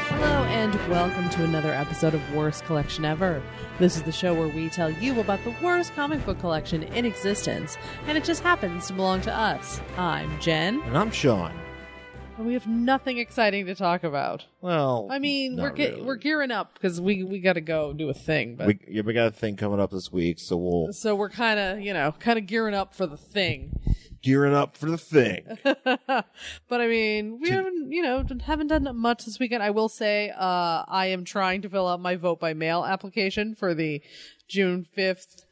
And welcome to another episode of Worst Collection Ever. This is the show where we tell you about the worst comic book collection in existence, and it just happens to belong to us. I'm Jen, And I'm Sean. and we have nothing exciting to talk about. Well, I mean, not we're ge- really. we're gearing up because we we got to go do a thing, but we, yeah, we got a thing coming up this week, so we'll so we're kind of you know kind of gearing up for the thing. gearing up for the thing. but I mean, we haven't, you know, haven't done much this weekend. I will say, uh, I am trying to fill out my vote by mail application for the June fifth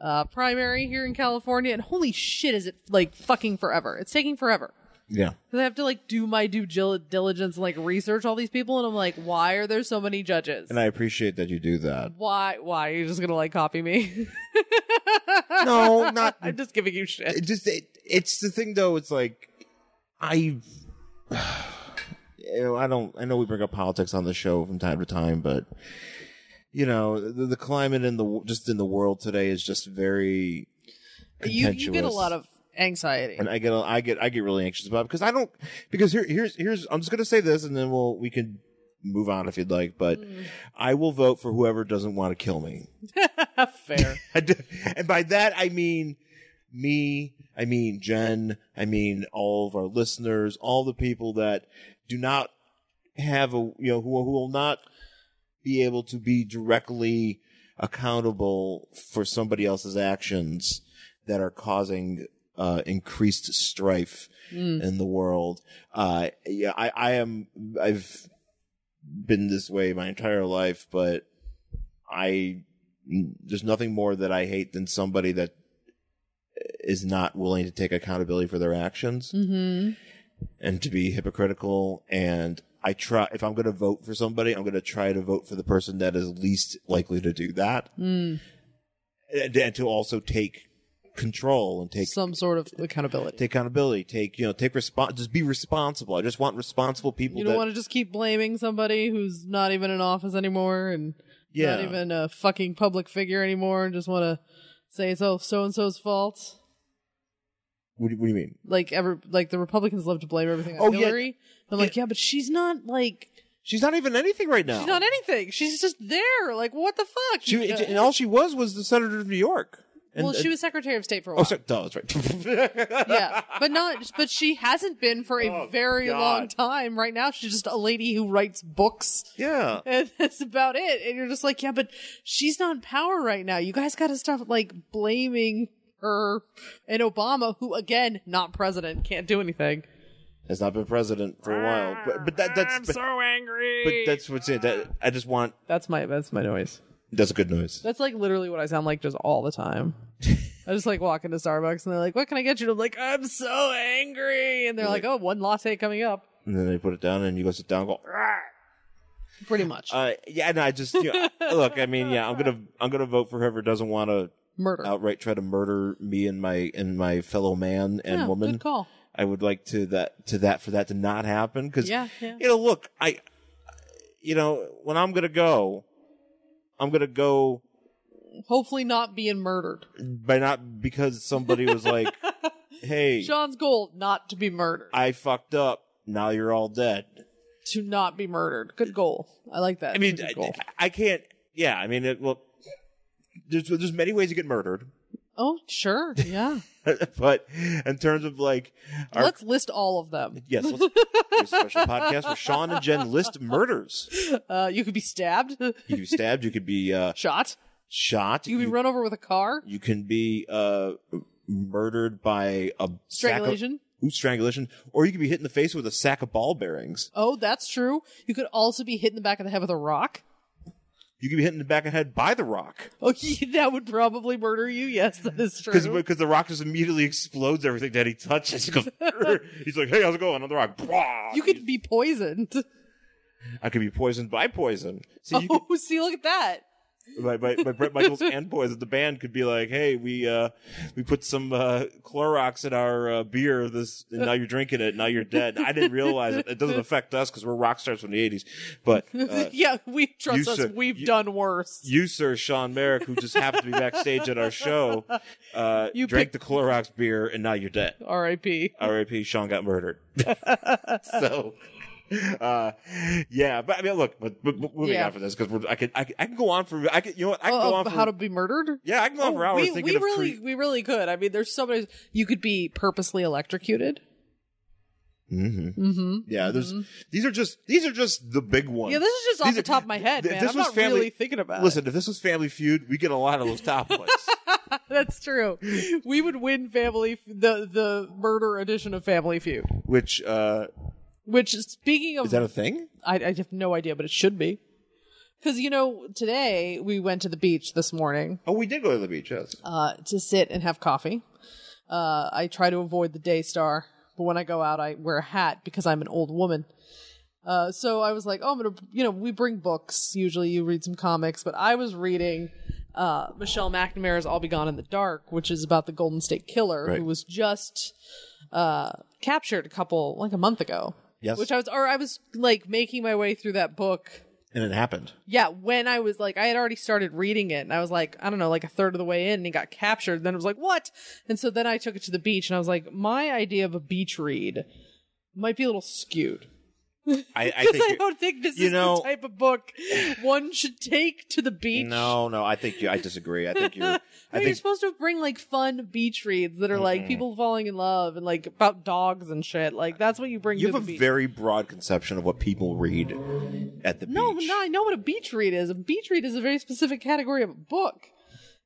uh, primary here in California, and holy shit, is it like fucking forever? It's taking forever. yeah, 'Cause I have to like do my due gil- diligence and like research all these people, and I'm like, why are there so many judges? and I appreciate that you do that. why? Why are you just gonna like copy me? No, not I'm just giving you shit. it just. It, it's the thing, though. It's like I, you know, I don't. I know we bring up politics on the show from time to time, but you know, the, the climate in the just in the world today is just very. You, you get a contentious. lot of anxiety. and I get I get I get really anxious about it because I don't because here here's here's I'm just gonna say this and then we'll we can move on if you'd like, but I will vote for whoever doesn't want to kill me, Fair. I do- and by that I mean me, I mean Jen, I mean all of our listeners, all the people that do not have a you know who who will not be able to be directly accountable for somebody else's actions that are causing uh, increased strife Mm. in the world. Uh, yeah, I, I am. I've been this way my entire life, but I there's nothing more that I hate than somebody that is not willing to take accountability for their actions hmm and to be hypocritical and I try if I'm going to vote for somebody, I'm going to try to vote for the person that is least likely to do that and, and to also take control and take some sort of accountability. take accountability, take you know, take respons just be responsible. I just want responsible people you don't that want to just keep blaming somebody who's not even in office anymore and yeah. not even a fucking public figure anymore and just want to say it's all so and so's fault. what, do, you- what do you mean? Like ever like the Republicans love to blame everything on Oh, yeah. Hillary. I'm like, yeah, but she's not like She's not even anything right now. she's not anything. She's just there. Like what the fuck? she, and all she was was the senator of New York. And, well, she was Secretary of State for a Oh, while. sorry. No, that's right. yeah, but not. But she hasn't been for a very Oh, God. long time. Right now, she's just a lady who writes books. yeah. and that's about it. And you're just like, yeah, but she's not in power right now. You guys got to stop like blaming her and Obama, who again, not president, can't do anything. Has not been president for a while. But, but that, that's. I'm but, so angry. but that's what's it. That, I just want. That's my that's my noise. That's a good noise. That's like literally what I sound like just all the time. I just like walk into Starbucks and they're like, "What can I get you?" And I'm like, "I'm so angry," and they're like, "Oh, one latte coming up." And then they put it down, and you go sit down. and Go. Pretty much Uh, yeah, no, I just you know, look. I mean, yeah, I'm gonna I'm gonna vote for whoever doesn't want to murder. outright try to murder me and my and my fellow man and Yeah, woman. Good call. I would like to that to that for that to not happen because Yeah, yeah. you know, look, I, you know, when I'm gonna go, I'm gonna go Hopefully, not being murdered. by not because somebody was like, "Hey, Sean's goal: not to be murdered. I fucked up. Now you're all dead." to not be murdered. Good goal. I like that. I mean, It's a good I, goal. I can't. Yeah, I mean, it, well, there's there's many ways to get murdered, oh sure, yeah. but in terms of like, our, Let's list all of them. yes, let's, there's a special podcast where Sean and Jen list murders. Uh, you could be stabbed, You could be stabbed. You could be uh, shot. shot. You could be you, run over with a car. you can be uh, murdered by a sack of- Strangulation. ooh, strangulation, or you could be hit in the face with a sack of ball bearings. Oh, that's true. You could also be hit in the back of the head with a rock. You could be hit in the back of the head by the rock Oh, yeah, that would probably murder you. Yes, that is because true. the rock just immediately explodes everything that he touches. He goes, "Brr." He's like, "Hey, how's it going?" On the rock, Bwah. You could be poisoned. I could be poisoned by poison. So you Oh, see, look at that. Oh. could, by, by, by Brett Michaels and poison, the band could be like, "Hey, we uh, we put some uh, Clorox in our uh, beer. This and now you're drinking it. Now you're dead. I didn't realize it. It doesn't affect us because we're rock stars from the '80s, but." Uh, yeah, we trust us. sir- We've you- done worse. you, sir, Sean Merrick, who just happened to be backstage at our show, uh, You drank the Clorox beer, and now you're dead. R.I.P. R.I.P. Sean got murdered. so uh, yeah, but I mean, look, but, but, but moving Yeah. on for this because I could, I could, I can go on for, I could, you know what, I can go Oh, on of for, how to be murdered? yeah, I can go on for hours Oh, we, thinking we of really cre- we really could. I mean, there's so many. You could be purposely electrocuted. Mhm. Mm-hmm. Yeah, there's these are just these are just the big ones. Yeah, this is just off These the are- top of my head, th- man. this I'm was not family- really thinking about Listen, if this was Family Feud, we get a lot of those top ones. it. That's true. We would win Family F- the the murder edition of Family Feud. Which uh, Which, speaking of is that a thing? I, I have no idea, but it should be. Because you know, today we went to the beach this morning Oh, we did go to the beach. Yes. uh, to sit and have coffee. Uh, I try to avoid the day star, but when I go out, I wear a hat because I'm an old woman. Uh, so I was like, oh, I'm gonna, you know, we bring books. Usually, you read some comics, but I was reading uh, Michelle McNamara's "All Be Gone in the Dark," which is about the Golden State Killer Right. who was just uh, captured a couple like a month ago. Yes. Which I was, or I was like making my way through that book and it happened. yeah, when I was like, I had already started reading it, and I was like, I don't know, like a third of the way in, and he got captured. And then I was like, what? And so then I took it to the beach, and I was like, my idea of a beach read might be a little skewed I, I because think. I, you- don't think this you is know- the type of book one should take to the beach. no, no, I think you, I disagree. I think you're. I I mean, you're think supposed to bring like fun beach reads that are like people falling in love and like about dogs and shit. Like that's what you bring you to have a the beach. very broad conception of what people read at the No, beach. no, I know what a beach read is. A beach read is a very specific category of a book.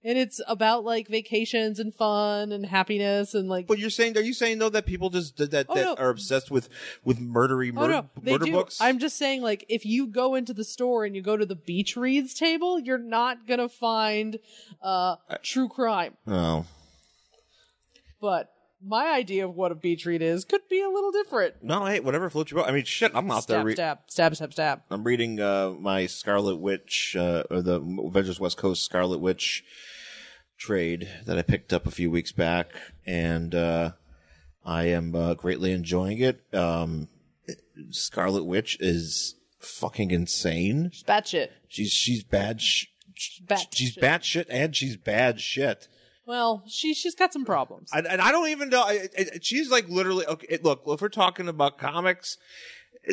And it's about like vacations and fun and happiness and like But you're saying, are you saying though that people just that, that, Oh, that no. are obsessed with with murdery Oh murder, no, they murder do. books? I'm just saying, like, if you go into the store and you go to the beach reads table, you're not gonna find uh, true crime. oh, But my idea of what a beach read is could be a little different. no, hey, whatever floats your boat. I mean, shit, I'm out there. Stab, Re- stab, stab, stab, stab. I'm reading uh, my Scarlet Witch uh, or the Avengers West Coast Scarlet Witch trade that I picked up a few weeks back, and uh, I am uh, greatly enjoying it. Um, Scarlet Witch is fucking insane. Just bat shit. She's she's bad. Sh- Bat she's shit. bad shit, and she's bad shit. Well, she she's got some problems. And, and I don't even know. I, I, she's like literally. Okay, it- look, if we're talking about comics,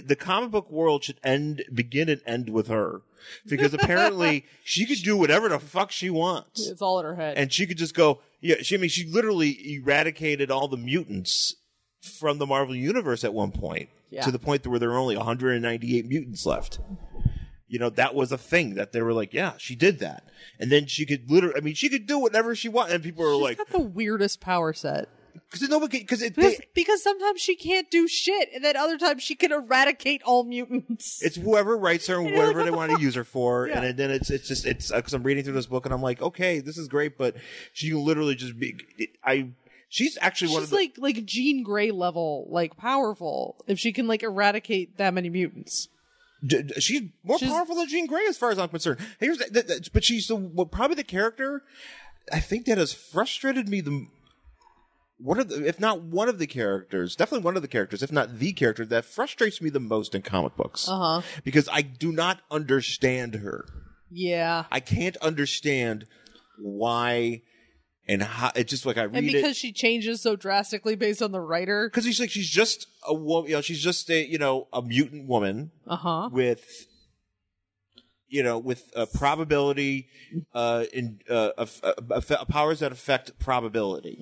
the comic book world should end, begin and end with her, because apparently she could do whatever the fuck she wants, it's all in her head. and she could just go. Yeah, she. I mean, she literally eradicated all the mutants from the Marvel universe at one point, Yeah. to the point where there were only 198 mutants left. You know, that was a thing that they were like, yeah, she did that. And then she could literally, I mean, she could do whatever she wanted. And people are She's like, got the weirdest power set. because nobody, because it, Because, they, because sometimes she can't do shit, and then other times she can eradicate all mutants. It's whoever writes her and you're whatever like, they want to use her for, Yeah. and then it's it's just it's because I'm reading through this book and I'm like, okay, this is great, but she can literally just be. I she's actually one of She's the like like Jean Grey level, like powerful. If she can like eradicate that many mutants, d- d- she's more she's- powerful than Jean Grey as far as I'm concerned. Here's the, th- th- but she's the well, probably the character I think that has frustrated me the m- one of the if not one of the characters, definitely one of the characters, if not the character that frustrates me the most in comic books Uh-huh. because I do not understand her. yeah, I can't understand why and how. It's just like I read and because it she changes so drastically based on the writer, because he's like she's just a woman. You know, she's just a you know a mutant woman uh huh. with you know with a probability uh in uh, of, of, of powers that affect probability.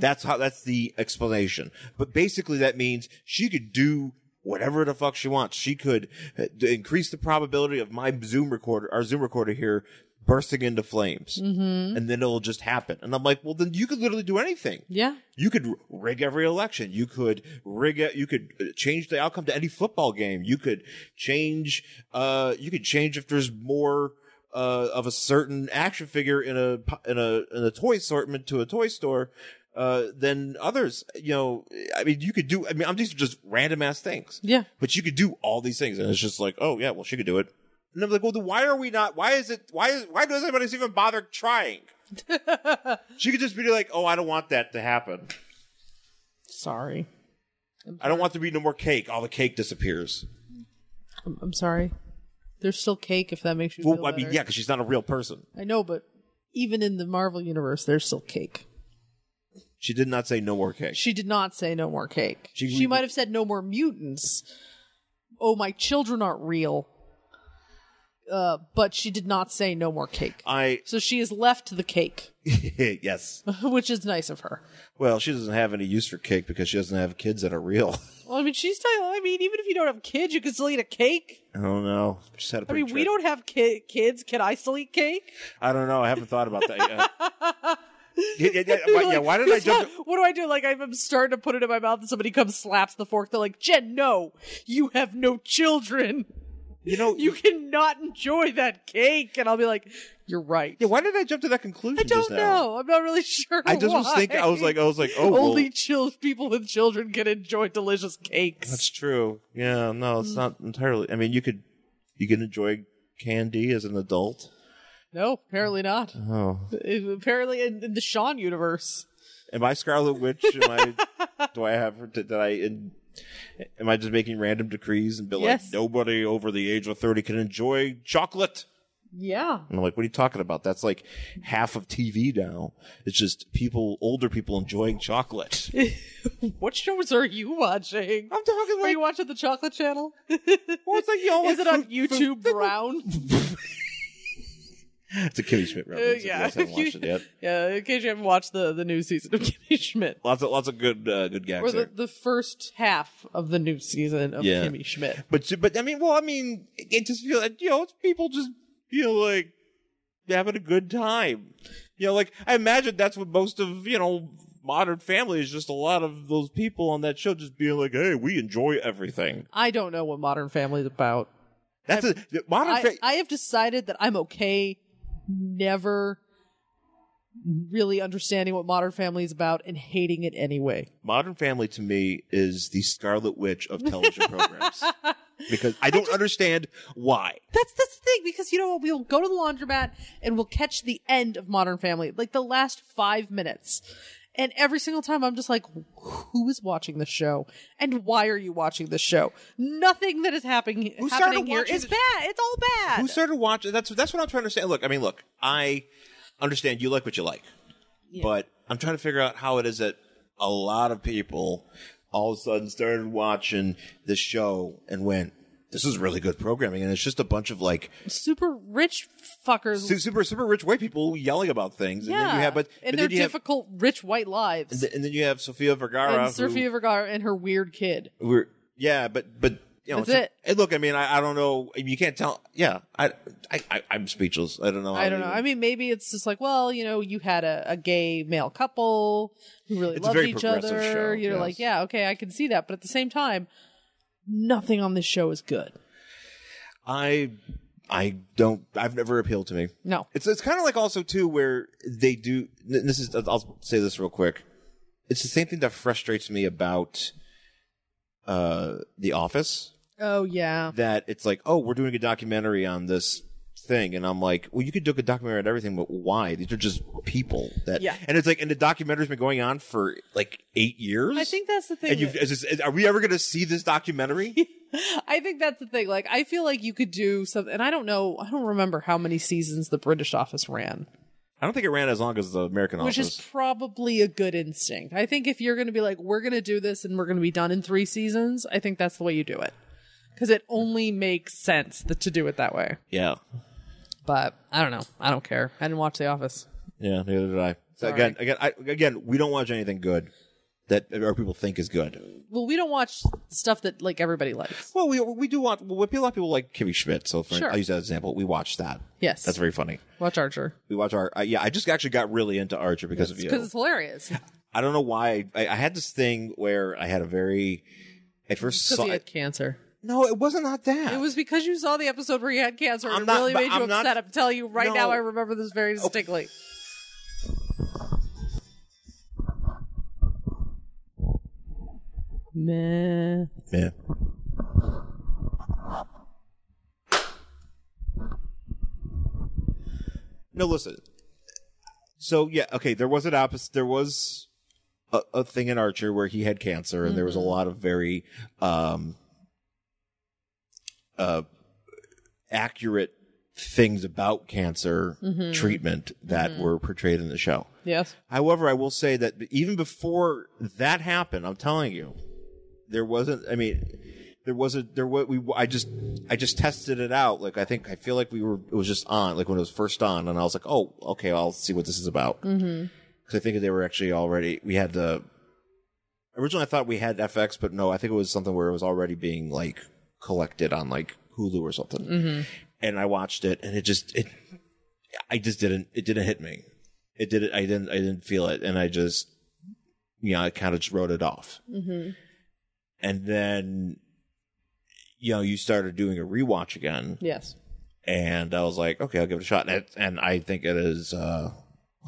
That's how. That's the explanation. But basically, that means she could do. Whatever the fuck she wants, she could uh, d- increase the probability of my Zoom recorder, our Zoom recorder here, bursting into flames, mm-hmm. and then it'll just happen. And I'm like, well, then you could literally do anything. Yeah, You could rig every election. You could rig. it. You could uh, change the outcome to any football game. You could change. Uh, you could change if there's more uh, of a certain action figure in a po- in a in a toy assortment to a toy store uh, than others. You know, I mean, you could do. I mean, I'm these are just random ass things. yeah. But you could do all these things, and it's just like, oh yeah, well she could do it. And I'm like, well, then why are we not? Why is it? Why is? Why does anybody even bother trying? she could just be like, oh, I don't want that to happen. Sorry, I don't want there to be no more cake. All the cake disappears. I'm, I'm sorry. There's still cake if that makes you. feel Well, I mean, better. yeah, because she's not a real person. I know, but even in the Marvel universe, there's still cake. She did not say no more cake. She did not say no more cake. She- She, might have said no more mutants. oh, my children aren't real. Uh, but she did not say no more cake. I So she has left the cake, yes. which is nice of her. Well, she doesn't have any use for cake because she doesn't have kids that are real. Well, I mean, she's. T- I mean, even if you don't have kids, you can still eat a cake. I don't know. She's had I a pretty mean, we trip. don't have ki- kids. Can I still eat cake? I don't know. I haven't thought about that. Yet. yeah, yeah, yeah, why, yeah, Like, why did I it's jump? not- what do I do? Like I'm starting to put it in my mouth, and somebody comes slaps the fork. They're like, "Jen, no, you have no children. you know, You cannot enjoy that cake." And I'll be like, "You're right. yeah, why did I jump to that conclusion? I don't just now? know. I'm not really sure. I just was why. thinking. I was like, I was like, oh, only well, chil- people with children can enjoy delicious cakes. that's true. Yeah, no, it's not entirely. I mean, you could you can enjoy candy as an adult. No, apparently not. Oh, Uh, Apparently, in, in the Sean universe, am I Scarlet Witch? Am I? do I have? Did, did I? In, am I just making random decrees and be like, Yes. nobody over the age of thirty can enjoy chocolate? yeah, And I'm like, what are you talking about? That's like half of TV now. It's just people, older people enjoying chocolate. What shows are you watching? I'm talking Are like, you watching the Chocolate Channel? well, it's like you Is always it on YouTube Brown? Uh, It's a Kimmy Schmidt reference. Uh, yeah. yeah, I haven't watched it yet. yeah, in case you haven't watched the, the new season of Kimmy Schmidt. Lots of lots of good uh, good gags Or there. the, the first half of the new season of Yeah. Kimmy Schmidt. But but I mean, well, I mean, it- it just feels you know, it's people just feel like having a good time. You know, like I imagine that's what most of you know modern family is just a lot of those people on that show just being like, hey, we enjoy everything. I don't know what Modern Family is about. That's a the modern. I, fa- I have decided that I'm okay never really understanding what Modern Family is about and hating it anyway. Modern Family to me is the Scarlet Witch of television programs because I don't understand why. That's that's the thing because you know what? We'll go to the laundromat and we'll catch the end of Modern Family, like the last five minutes. And every single time, I'm just like, who is watching this show, and why are you watching this show? Nothing that is happening started happening here watching is this- bad. It's all bad. Who started watching? That's that's what I'm trying to understand. Look, I mean, look, I understand you like what you like, but I'm trying to figure out how it is that a lot of people all of a sudden started watching this show and went, "This is really good programming," and it's just a bunch of like Super rich fuckers. su- super super rich white people yelling about things, Mm-hmm. yeah, and then you have but, and but their then you have- difficult rich white lives. and then you have Sofia Vergara, and who- Sophia Vergara and her weird kid. we're yeah, but but you know, That's it's- and look, I mean, I, I don't know. I mean, You can't tell. Yeah, I, I I I'm speechless. I don't know. how I to don't know. even- I mean, maybe it's just like, well, you know, you had a, a gay male couple who really It's a loved very each progressive other. show, You're yes. like, yeah, okay, I can see that. But at the same time, nothing on this show is good. I I don't. I've never appealed to me. No. It's it's kind of like also too where they do. th- This is. I'll say this real quick. It's the same thing that frustrates me about uh The Office. Oh, yeah. That it's like, oh, we're doing a documentary on this thing, and I'm like, well, you could do a documentary on everything, but why? These are just people that. Yeah. And it's like, and the documentary's been going on for like eight years. I think that's the thing. And you, that- is this, are we ever going to see this documentary? I think that's the thing. Like, I feel like you could do something. And I don't know. I don't remember how many seasons the British Office ran, I don't think it ran as long as the American which Office. is probably a good instinct. I think if you're going to be like, we're going to do this and we're going to be done in three seasons, I think that's the way you do it. Because it only makes sense that, to do it that way. yeah. but I don't know. I don't care. I didn't watch The Office. Yeah, neither did I. So Sorry. again, again, I, again, we don't watch anything good that our people think is good. Well, we don't watch stuff that like everybody likes. Well, we we do watch. Well, a lot of people like Kimmy Schmidt, so for, Sure. I'll use that as an example. We watch that. Yes, That's very funny. watch Archer We watch our. Uh, yeah, I just actually got really into Archer because of you. because it's hilarious. I don't know why. I, I had this thing where I had a very. I first Because saw he had it. cancer. No, it wasn't not that. It was because you saw the episode where he had cancer. and I'm it not- really but made you I'm not- upset. I'm telling you right No. now. I remember this very distinctly. Meh. Yeah. No, listen. So yeah, okay. There was an opposite. There was a, a thing in Archer where he had cancer, and there was a lot of very um, uh, accurate things about cancer treatment that were portrayed in the show. Yes. However, I will say that even before that happened, I'm telling you, there wasn't. I mean, there wasn't there what we I just I just tested it out. Like I think I feel like we were it was just on like when it was first on, and I was like, oh okay, I'll see what this is about because I think they were actually already we had the originally I thought we had FX, but no, I think it was something where it was already being like collected on like Hulu or something. And I watched it, and it just it I just didn't it didn't hit me. It did not I didn't I didn't feel it, and I just you know I kind of just wrote it off. And then you know you started doing a rewatch again, Yes. and I was like, okay, I'll give it a shot. And, it, and I think it is uh,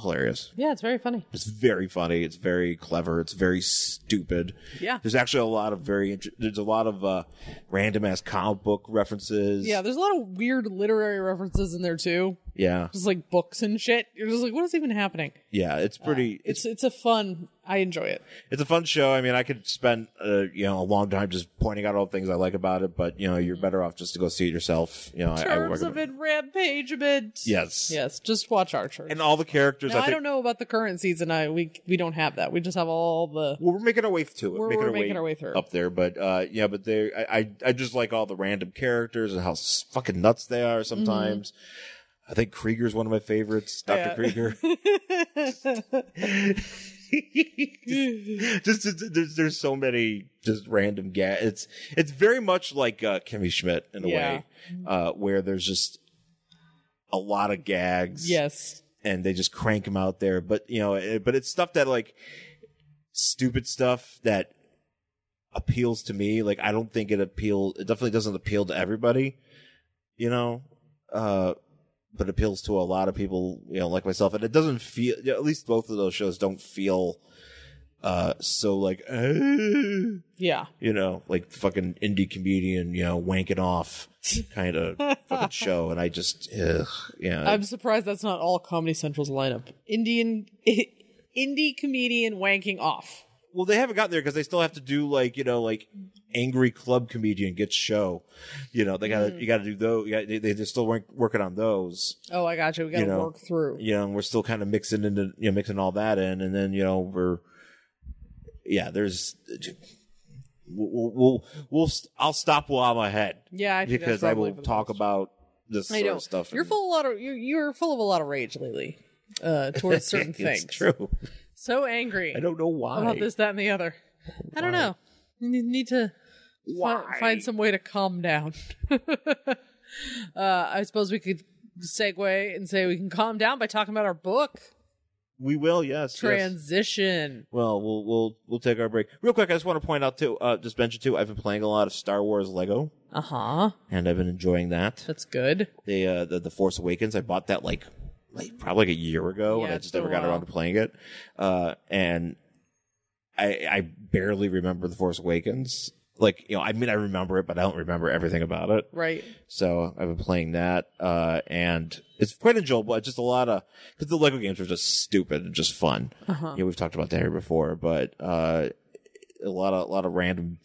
hilarious. Yeah, it's very funny. It's very funny. It's very clever. It's very stupid. Yeah. There's actually a lot of very int- there's a lot of uh, random ass comic book references. Yeah, there's a lot of weird literary references in there too. yeah, Just like books and shit. You're just like, what is even happening? yeah. It's pretty. it's Uh, It's it's a fun. I enjoy it. it's a fun show. I mean, I could spend uh, you know a long time just pointing out all the things I like about it, but you know, you're better off just to go see it yourself. You know, I, I Mm-hmm. would Terms of recommend- it, rampage a bit. Yes. Yes. Just watch Archer. And all the characters, now, I I, think. don't know about the current season. I we we don't have that. We just have all the Well, we're making our way to it. We're- we're making our way through. up there, but uh, yeah, but they, I, I, I just like all the random characters and how s- fucking nuts they are sometimes. I think Krieger's one of my favorites, Doctor Mm-hmm. Yeah. Krieger. just, just- there's there's so many just random ga- It's it's very much like uh, Kimmy Schmidt in a Yeah. way, uh, where there's just a lot of gags yes. and they just crank them out there. But you know, it, but it's stuff that like stupid stuff that appeals to me. Like I don't think it appeal. It definitely doesn't appeal to everybody. You know, uh, but appeals to a lot of people. You know, like myself, and it doesn't feel. you know, at least both of those shows don't feel uh so like "Ah," you Yeah. know like fucking indie comedian you know wanking off kind of fucking show and i just ugh, yeah I'm surprised that's not all Comedy Central's lineup. Indian indie comedian wanking off. Well, they haven't gotten there because they still have to do like you know like angry club comedian gets show, you know they got to Mm. you got to do those. You gotta, they, they're still work, working on those, Oh, I got you. We got to You know, work through. you know. And we're still kind of mixing into you know mixing all that in, and then you know we're yeah. There's we'll we'll, we'll st- I'll stop while I'm ahead Yeah, I think that's because I probably will for the talk best. about this I sort know of stuff. You're and- full of a lot of you're, you're full of a lot of rage lately uh, towards certain It's things. true. So angry I don't know why. about this, that, and the other. I don't know. You need- need to fi- find some way to calm down. uh, I suppose we could segue and say we can calm down by talking about our book We will. Yes. yes. transition. Well, we'll we'll we'll take our break real quick. I just want to point out too, uh, just mention too. I've been playing a lot of Star Wars Lego, Uh huh. and I've been enjoying that. That's good. The uh, the, the Force Awakens. I bought that like like probably like a year ago, Yeah, and I it's just been a never got while. around to playing it. Uh, and I I barely remember the Force Awakens. Like you know, I mean, I remember it, but I don't remember everything about it. Right. So I've been playing that, uh, and it's quite enjoyable. It's just a lot of because the Lego games are just stupid and just fun. Uh-huh. Yeah, we've talked about that here before, but uh, a lot of a lot of random.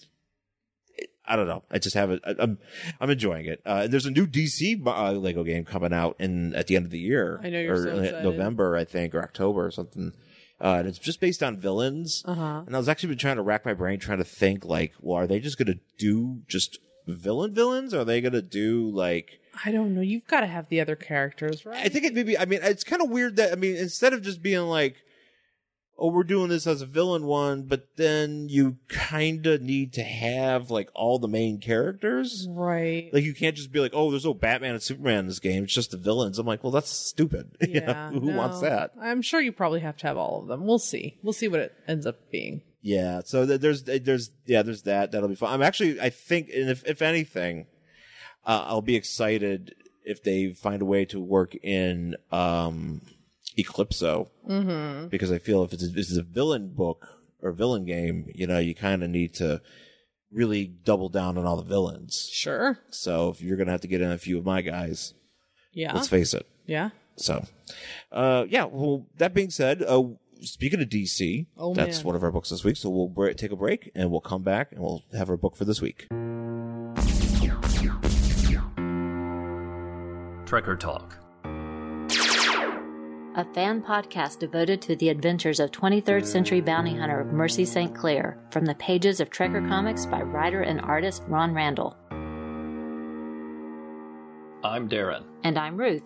I don't know. I just have it. I- I'm I'm enjoying it. Uh, there's a new DC uh, Lego game coming out in at the end of the year. I know you're or so in excited. November, I think, or October or something. Uh, and it's just based on villains. Uh huh. And I was actually been trying to rack my brain, trying to think like, well, are they just gonna do just villain villains? Or are they gonna do like? I don't know. You've got to have the other characters, right? I think it maybe. I mean, it's kind of weird that I mean, instead of just being like, oh, we're doing this as a villain one, but then you kind of need to have like all the main characters. Mm-hmm. right. Like you can't just be like, oh, there's no Batman and Superman in this game. It's just the villains. I'm like, well, that's stupid. You know, yeah. who wants no. that? I'm sure you probably have to have all of them. We'll see. We'll see what it ends up being. Yeah. So th- there's th- there's yeah there's that that'll be fun. I'm actually I think and if if anything, uh, I'll be excited if they find a way to work in um Eclipso Mm-hmm. because I feel if it's a, this is a villain book or villain game, you know, you kind of need to really double down on all the villains. Sure. So if you're gonna have to get in a few of my guys, Yeah. let's face it. yeah. So, uh, yeah. Well, that being said, uh, speaking of DC, Oh, that's man. one of our books this week. So we'll br- take a break and we'll come back and we'll have our book for this week. Trekker Talk. a fan podcast devoted to the adventures of 23rd century bounty hunter Mercy St. Clair from the pages of Trekker Comics by writer and artist Ron Randall. I'm Darren. And I'm Ruth.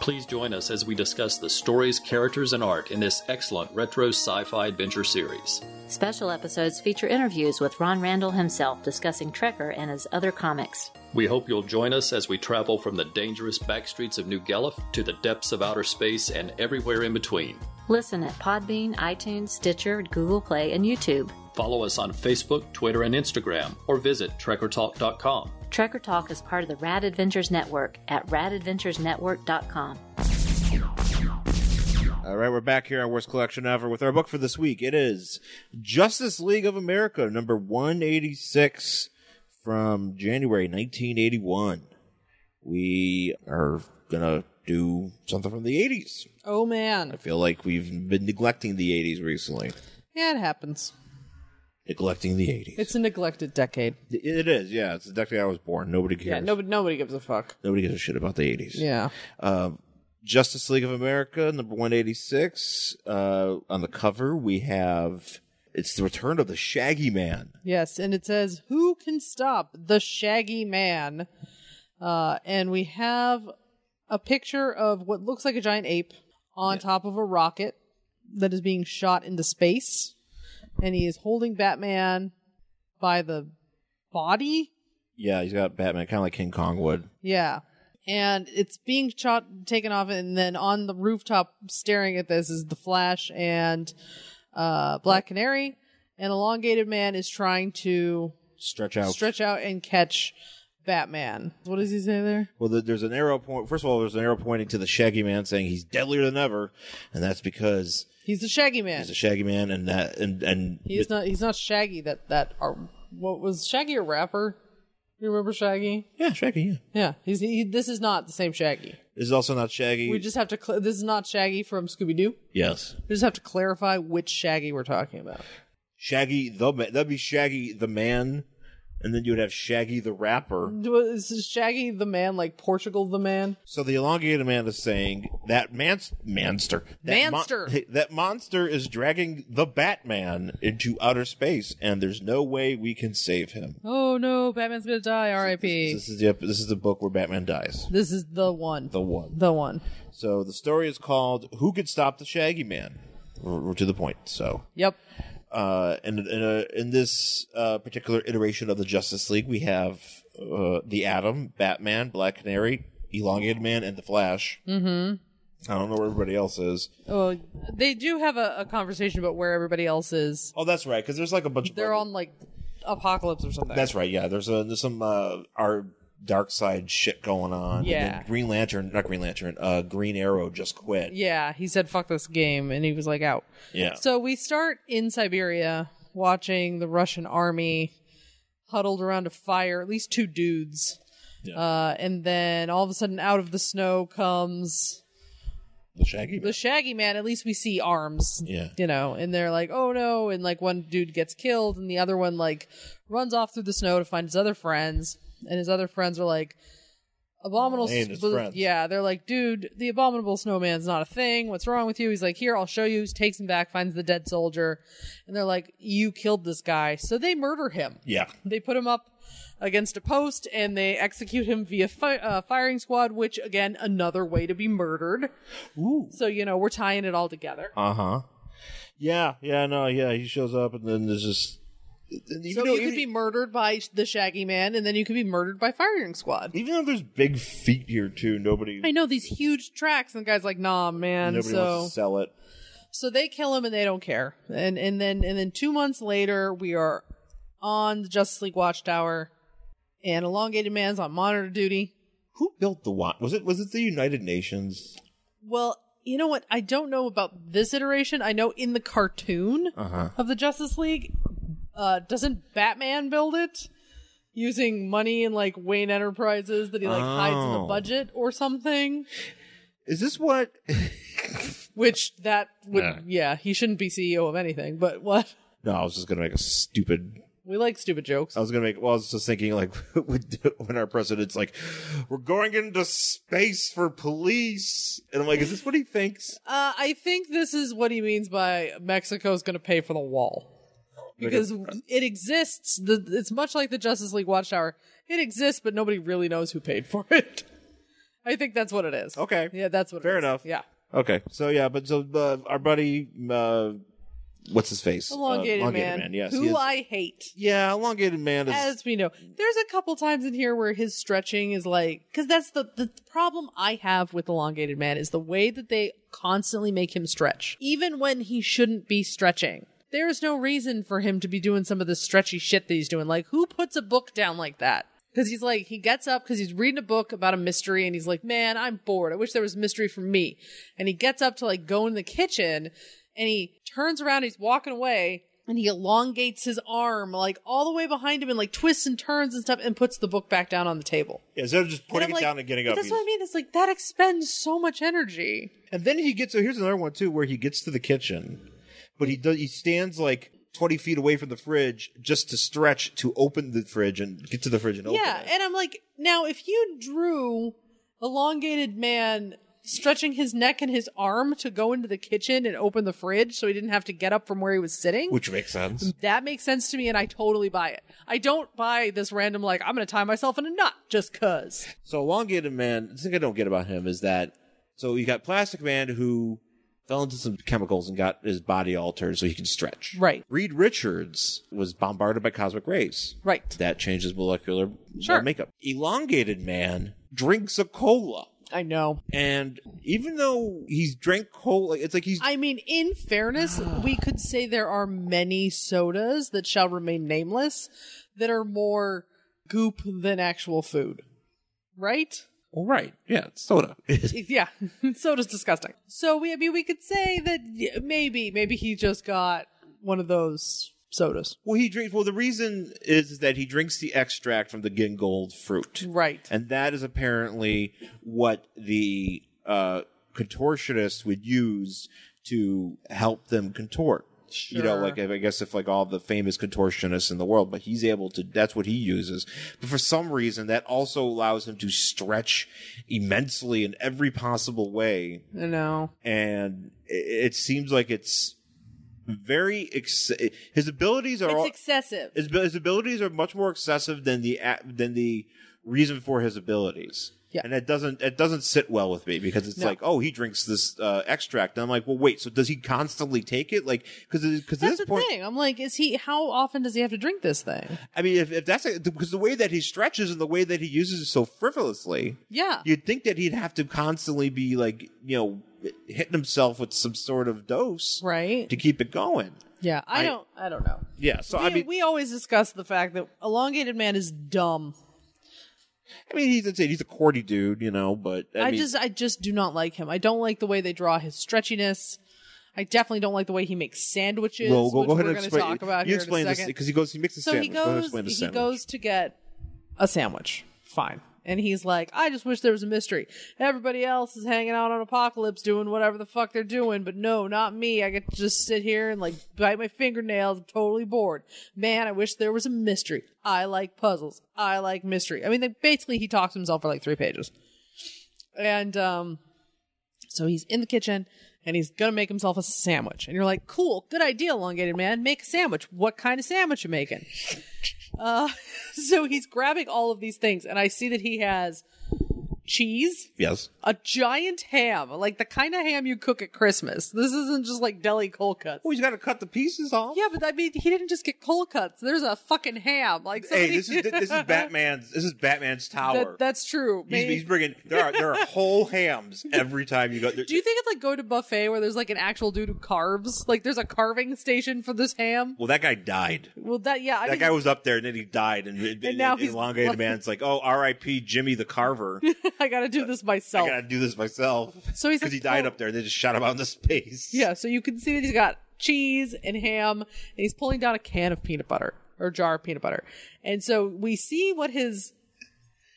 Please join us as we discuss the stories, characters, and art in this excellent retro sci fi adventure series. Special episodes feature interviews with Ron Randall himself discussing Trekker and his other comics. We hope you'll join us as we travel from the dangerous backstreets of New Gallif to the depths of outer space and everywhere in between. Listen at Podbean, iTunes, Stitcher, Google Play, and YouTube. Follow us on Facebook, Twitter, and Instagram, or visit TrekkerTalk.com. Trekker Talk is part of the Rad Adventures Network at radadventuresnetwork.com. All right, we're back here on Worst Collection Ever with our book for this week. It is Justice League of America, number 186 from January 1981. We are going to do something from the 80s. Oh man, I feel like we've been neglecting the 80s recently. yeah, it happens. Neglecting the 80s. It's a neglected decade. it is, yeah. It's the decade I was born. Nobody cares. Yeah, nobody nobody gives a fuck. Nobody gives a shit about the 80s. Yeah, Uh, Justice League of America, number 186. Uh, on the cover, we have it's the return of the Shaggy Man. yes, and it says, "Who can stop the Shaggy Man?" Uh, and we have a picture of what looks like a giant ape on top of a rocket that is being shot into space, and he is holding Batman by the body. Yeah, he's got Batman, kind of like King Kong would. Yeah. And it's being shot, taken off, and then on the rooftop, staring at this, is the Flash and uh, Black Canary. And Elongated Man is trying to Stretch out. stretch out and catch Batman. What does he say there? Well, there- there's an arrow point. First of all, there's an arrow pointing to the Shaggy Man, saying he's deadlier than ever, and that's because He's the Shaggy Man. he's a Shaggy Man, and that and and He's not. He's not Shaggy. That that. Or, what was Shaggy a rapper? You remember Shaggy? yeah, Shaggy. Yeah, Yeah. He's. He, this is not the same Shaggy. this is also not Shaggy. We just have to. Cl- this is not Shaggy from Scooby Doo. yes, We just have to clarify which Shaggy we're talking about. Shaggy the man. That'd be Shaggy the Man, and then you would have Shaggy the Rapper. Mm. Is Shaggy the man like Portugal the man? So the elongated man is saying that man's manster that Manster. that monster is dragging the Batman into outer space, and there's no way we can save him. Oh no, Batman's gonna die. R.I.P. This is the ep- this is the book where Batman dies. This is the one. The one. The one. So the story is called "Who Could Stop the Shaggy Man." We're, we're to the point. So, Yep. uh, and in, uh in this uh, particular iteration of the Justice League, we have uh, the Atom, Batman, Black Canary, Elongated Man, and the Flash. Mm-hmm. I don't know where everybody else is. Well, Oh, they do have a, a conversation about where everybody else is. Oh, that's right. Because there's like a bunch of They're on like apocalypse or something. That's right. Yeah, there's a there's some uh, our dark side shit going on. And Yeah. then Green Lantern, not Green Lantern. Uh, Green Arrow just quit. yeah, he said fuck this game, and he was like out. Yeah. So we start in Siberia, watching the Russian army huddled around a fire. At least two dudes. Yeah. Uh, and then all of a sudden, out of the snow comes the Shaggy. Man. the Shaggy Man, at least we see arms. Yeah. You know, and they're like, oh no. And like one dude gets killed and the other one like runs off through the snow to find his other friends. And his other friends are like, Abominable. They ain't his bl- friends. Yeah. They're like, dude, the Abominable Snowman's not a thing. What's wrong with you? He's like, here, I'll show you. Takes him back, finds the dead soldier. And they're like, you killed this guy. So they murder him. yeah. They put him up against a post and they execute him via fi- uh, firing squad, which again, another way to be murdered. Ooh. So, you know, we're tying it all together. Uh huh. Yeah. Yeah. No. Yeah. He shows up, and then there's just. Even So though, you could be even, murdered by the Shaggy Man, and then you could be murdered by Firing Squad. even though there's big feet here too, nobody I know these huge tracks, and the guy's like, "Nah, man." nobody so, wants to sell it. so they kill him, and they don't care. And and then and then two months later, we are on the Justice League Watchtower, and Elongated Man's on monitor duty. Who built the watch? Was it was it the United Nations? Well, you know what? I don't know about this iteration. I know in the cartoon Uh-huh. of the Justice League, uh, doesn't Batman build it using money in like Wayne Enterprises that he like hides in the Oh. budget or something? Is this what? Which that would, Yeah. yeah, he shouldn't be CEO of E anything. But what? no, I was just gonna make a stupid We like stupid jokes. I was gonna make. Well, I was just thinking, like, when our president's like, "We're going into space for police," and I'm like, "Is this what he thinks?" Uh, I think this is what he means by Mexico's going to pay for the wall because it exists. The, it's much like the Justice League Watchtower. It exists, but nobody really knows who paid for it. I think that's what it is. Okay. Yeah, that's what. it Fair is. enough. Yeah. Okay. So yeah, but so uh, our buddy, uh, what's his face? Elongated, Uh, man, Yes. he who is- I hate. yeah, elongated man is. As we know, there's a couple times in here where his stretching is like, because that's the the problem I have with elongated man is the way that they constantly make him stretch, even when he shouldn't be stretching. There is no reason for him to be doing some of the stretchy shit that he's doing. Like, who puts a book down like that? Because he's like, he gets up because he's reading a book about a mystery and he's like, man, I'm bored. I wish there was mystery for me. And he gets up to like go in the kitchen and he turns around, he's walking away, and he elongates his arm like all the way behind him and like twists and turns and stuff and puts the book back down on the table. yeah, instead of just And putting I'm it like, down and getting but up. That's he's- what I mean. It's like that expends so much energy. And then he gets. So here's another one too, where he gets to the kitchen, but he does. He stands like. 20 feet away from the fridge just to stretch to open the fridge and get to the fridge and open yeah. it. And I'm like, now if you drew elongated man stretching his neck and his arm to go into the kitchen and open the fridge so he didn't have to get up from where he was sitting. Which makes sense. that makes sense to me and I totally buy it. I don't buy this random like I'm going to tie myself in a knot just cuz. So elongated man, the thing I don't get about him is that so you got Plastic Man who fell into some chemicals and got his body altered so he can stretch. Right. Reed Richards was bombarded by cosmic rays. Right. That changes molecular uh, Sure. makeup. Elongated man drinks a cola. I know. And even though he's drank cola, it's like he's I mean, in fairness, we could say there are many sodas that shall remain nameless that are more goop than actual food. Right? all right. Yeah, it's soda. Yeah. Soda's disgusting. So we I mean we could say that yeah, maybe maybe he just got one of those sodas. well, he drinks. Well, the reason is that he drinks the extract from the gingold fruit. Right. and that is apparently what the uh, contortionists would use to help them contort. You know, Sure. like I guess if like all the famous contortionists in the world, but he's able to. That's what he uses. But for some reason, that also allows him to stretch immensely in every possible way, I know. and it, it seems like it's very ex- his abilities are It's all, excessive. his, his abilities are much more excessive than the a- than the reason for his abilities. Yeah. And it doesn't it doesn't sit well with me because it's like, oh, he drinks this uh, extract, and I'm like, well, wait, so does he constantly take it? Like, because because That's this the point, thing. I'm like, is he how often does he have to drink this thing? I mean, if, if that's because the way that he stretches and the way that he uses it so frivolously, Yeah. you'd think that he'd have to constantly be like, you know, hitting himself with some sort of dose Right? to keep it going. Yeah. I, I- don't I don't know. Yeah, so we, I mean, we always discuss the fact that elongated man is dumb. I mean, he's insane. He's a cordy dude, you know, but I, I, mean, just I just do not like him. I don't like the way they draw his stretchiness. I definitely don't like the way he makes sandwiches, Well, go, which go ahead we're and going to explain. talk about you here explain in a this second. because he goes. He makes a so he sandwich. go ahead and goes explain the he sandwich. goes to get a sandwich. Fine. And he's like, I just wish there was a mystery. Everybody else is hanging out on Apocalypse doing whatever the fuck they're doing, but no, not me. I get to just sit here and like bite my fingernails. I'm totally bored. Man, I wish there was a mystery. I like puzzles. I like mystery. I mean, like, basically, he talks to himself for like three pages. And um, so he's in the kitchen and he's gonna make himself a sandwich. And you're like, cool, good idea, elongated man. Make a sandwich. What kind of sandwich you making? Uh, so he's grabbing all of these things, and I see that he has cheese, yes. a giant ham, like the kind of ham you cook at Christmas. This isn't just like deli cold cuts. Well, Oh, he's got to cut the pieces off. Yeah, but I mean, he didn't just get cold cuts. There's a fucking ham. Like, somebody... Hey, this is this is Batman's. This is Batman's tower. That, that's true. he's, Maybe- he's bringing. There are there are whole hams every time you go. There, Do you think it's like going to buffet where there's like an actual dude who carves? Like, there's a carving station for this ham. well, that guy died. Well, that yeah, I That mean, guy was up there, and then he died. And, and now he's- elongated man's like, "Oh, R.I.P. Jimmy the Carver. I gotta do this I myself. gotta do this myself." So he's like, because he died oh. up there, and they just shot him out into space. Yeah, so you can see that he's got cheese and ham, and he's pulling down a can of peanut butter or jar of peanut butter. And so we see what his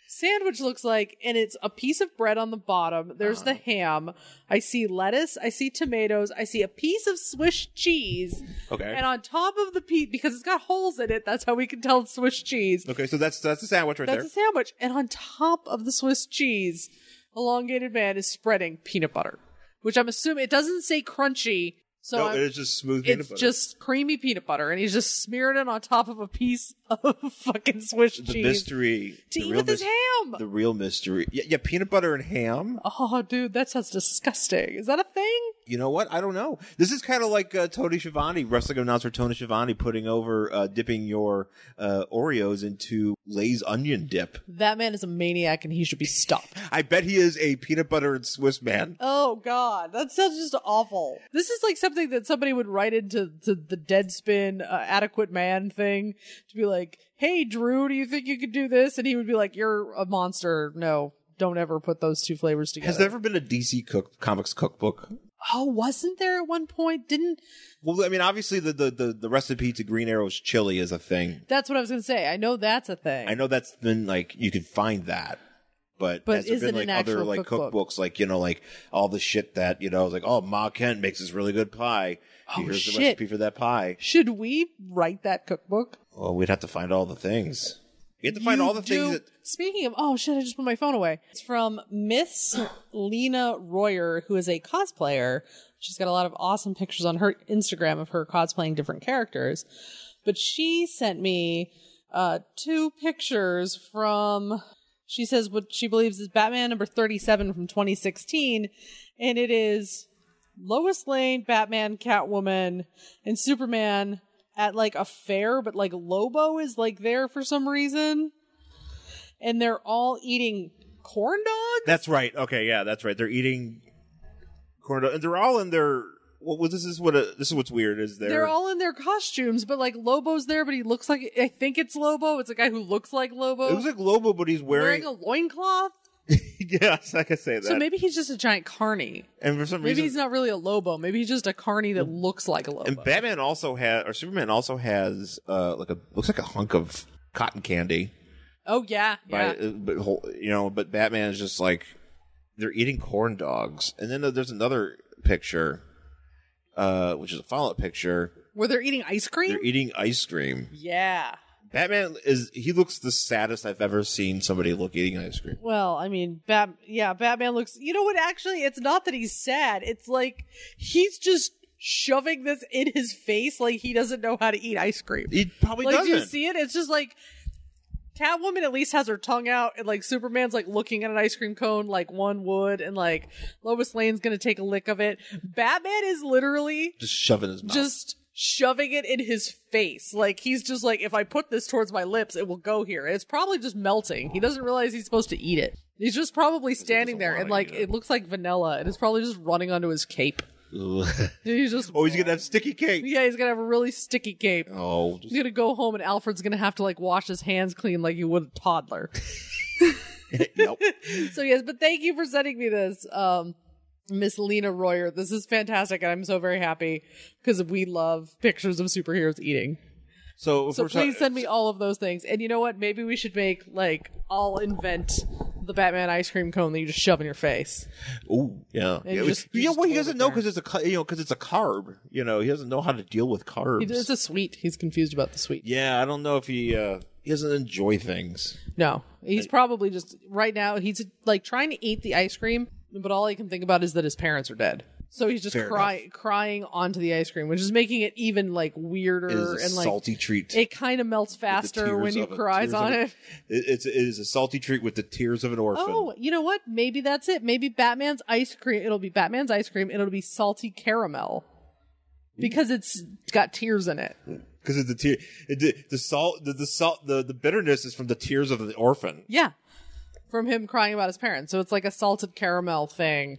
sandwich looks like, and it's a piece of bread on the bottom. There's the ham. I see lettuce. I see tomatoes. I see a piece of Swiss cheese. Okay. And on top of the piece, because it's got holes in it, that's how we can tell it's Swiss cheese. Okay, so that's that's a sandwich right That's there. a sandwich. And on top of the Swiss cheese, elongated man is spreading peanut butter, which I'm assuming it doesn't say crunchy. So no, I'm- it is just smooth peanut it's butter. just creamy peanut butter, and he's just smearing it on top of a piece of fucking Swiss the cheese mystery. to the eat real with his mys- ham. The real mystery. Yeah, yeah, peanut butter and ham. Oh, dude, that sounds disgusting. Is that a thing? You know what? I don't know. This is kind of like uh, Tony Schiavone, wrestling announcer Tony Schiavone, putting over uh, dipping your uh, Oreos into Lay's onion dip. That man is a maniac, and he should be stopped. I bet he is a peanut butter and Swiss man. Oh God, that sounds just awful. This is like something that somebody would write into to the Deadspin uh, adequate man thing to be like, "Hey Drew, do you think you could do this?" And he would be like, "You're a monster. No, don't ever put those two flavors together." Has there ever been a DC cook comics cookbook? oh, wasn't there at one point? Didn't Well, I mean, obviously the the, the, the recipe to Green Arrow's chili is a thing. that's what I was gonna say? I know that's a thing. I know that's been like you can find that, but, But has there is it been an like other actual like cookbook? cookbooks, like you know, like all the shit that you know, like oh Ma Kent makes this really good pie. Oh, Here's the shit. recipe for that pie. Should we write that cookbook? Well, we'd have to find all the things. You have to find You all the do- things that. Speaking of, oh shit, I just put my phone away. It's from Miss Lena Royer, who is a cosplayer. She's got a lot of awesome pictures on her Instagram of her cosplaying different characters. But she sent me uh, two pictures from, she says, what she believes is Batman number 37 from 2016. And it is Lois Lane, Batman, Catwoman, and Superman at like a fair, but like Lobo is like there for some reason. And they're all eating corn dogs? That's right. Okay, yeah, that's right. They're eating corn dog, and they're all in their. What was this? Is what a, this is what's weird is they're, They're all in their costumes, but like Lobo's there, but he looks like I think it's Lobo. It's a guy who looks like Lobo. It was like Lobo, but he's wearing. wearing a loincloth. yes, I could say that. So maybe he's just a giant carny. and for some Maybe reason, he's not really a Lobo. Maybe he's just a carny that looks like a Lobo. And Batman also has, or Superman also has, uh, like a looks like a hunk of cotton candy. oh yeah, yeah. By, uh, but whole, you know, but Batman is just like they're eating corn dogs. And then there's another picture, uh, which is a follow up picture. Where they're eating ice cream? They're eating ice cream. yeah. Batman is he looks the saddest I've ever seen somebody look eating ice cream. Well, I mean, Bat yeah, Batman looks you know what actually it's not that he's sad. It's like he's just shoving this in his face like he doesn't know how to eat ice cream. He probably like do you doesn't. see it? It's just like Catwoman at least has her tongue out and like Superman's like looking at an ice cream cone like one would and like Lois Lane's gonna take a lick of it. Batman is literally just shoving his mouth. just shoving it in his face. Like he's just like, if I put this towards my lips, it will go here. It's probably just melting. He doesn't realize he's supposed to eat it. He's just probably standing there and like it looks like vanilla and it's probably just running onto his cape. He's just oh, he's gonna have sticky cake. yeah, he's gonna have a really sticky cape. Oh, just- He's gonna go home and Alfred's gonna have to like wash his hands clean like you would a toddler. nope. so yes, but thank you for sending me this. Um Miss Lena Royer. This is fantastic and I'm so very happy because we love pictures of superheroes eating. So, if So we're ta- please send me all of those things. And you know what? Maybe we should make like I'll invent the Batman ice cream cone that you just shove in your face. Ooh, yeah. And Yeah, you it was- just- you you know just what? He hold doesn't it know there. because it's a ca- you know because it's a carb. You know he doesn't know how to deal with carbs. He- It's a sweet. He's confused about the sweet. yeah, I don't know if he uh, he doesn't enjoy things. No, he's probably just right now. He's like trying to eat the ice cream, but all he can think about is that his parents are dead. So he's just Fair cry, crying onto the ice cream, which is making it even like weirder It is a and like salty treat. it kind of melts with the faster when tears he of a- cries tears of on a- it. it. It's it is a salty treat with the tears of an orphan. Oh, you know what? Maybe that's it. Maybe Batman's ice cream. It'll be Batman's ice cream. It'll be salty caramel because it's got tears in it. because it's the tear, it, the, the salt, the, the salt, the, the bitterness is from the tears of the orphan. Yeah, from him crying about his parents. So it's like a salted caramel thing.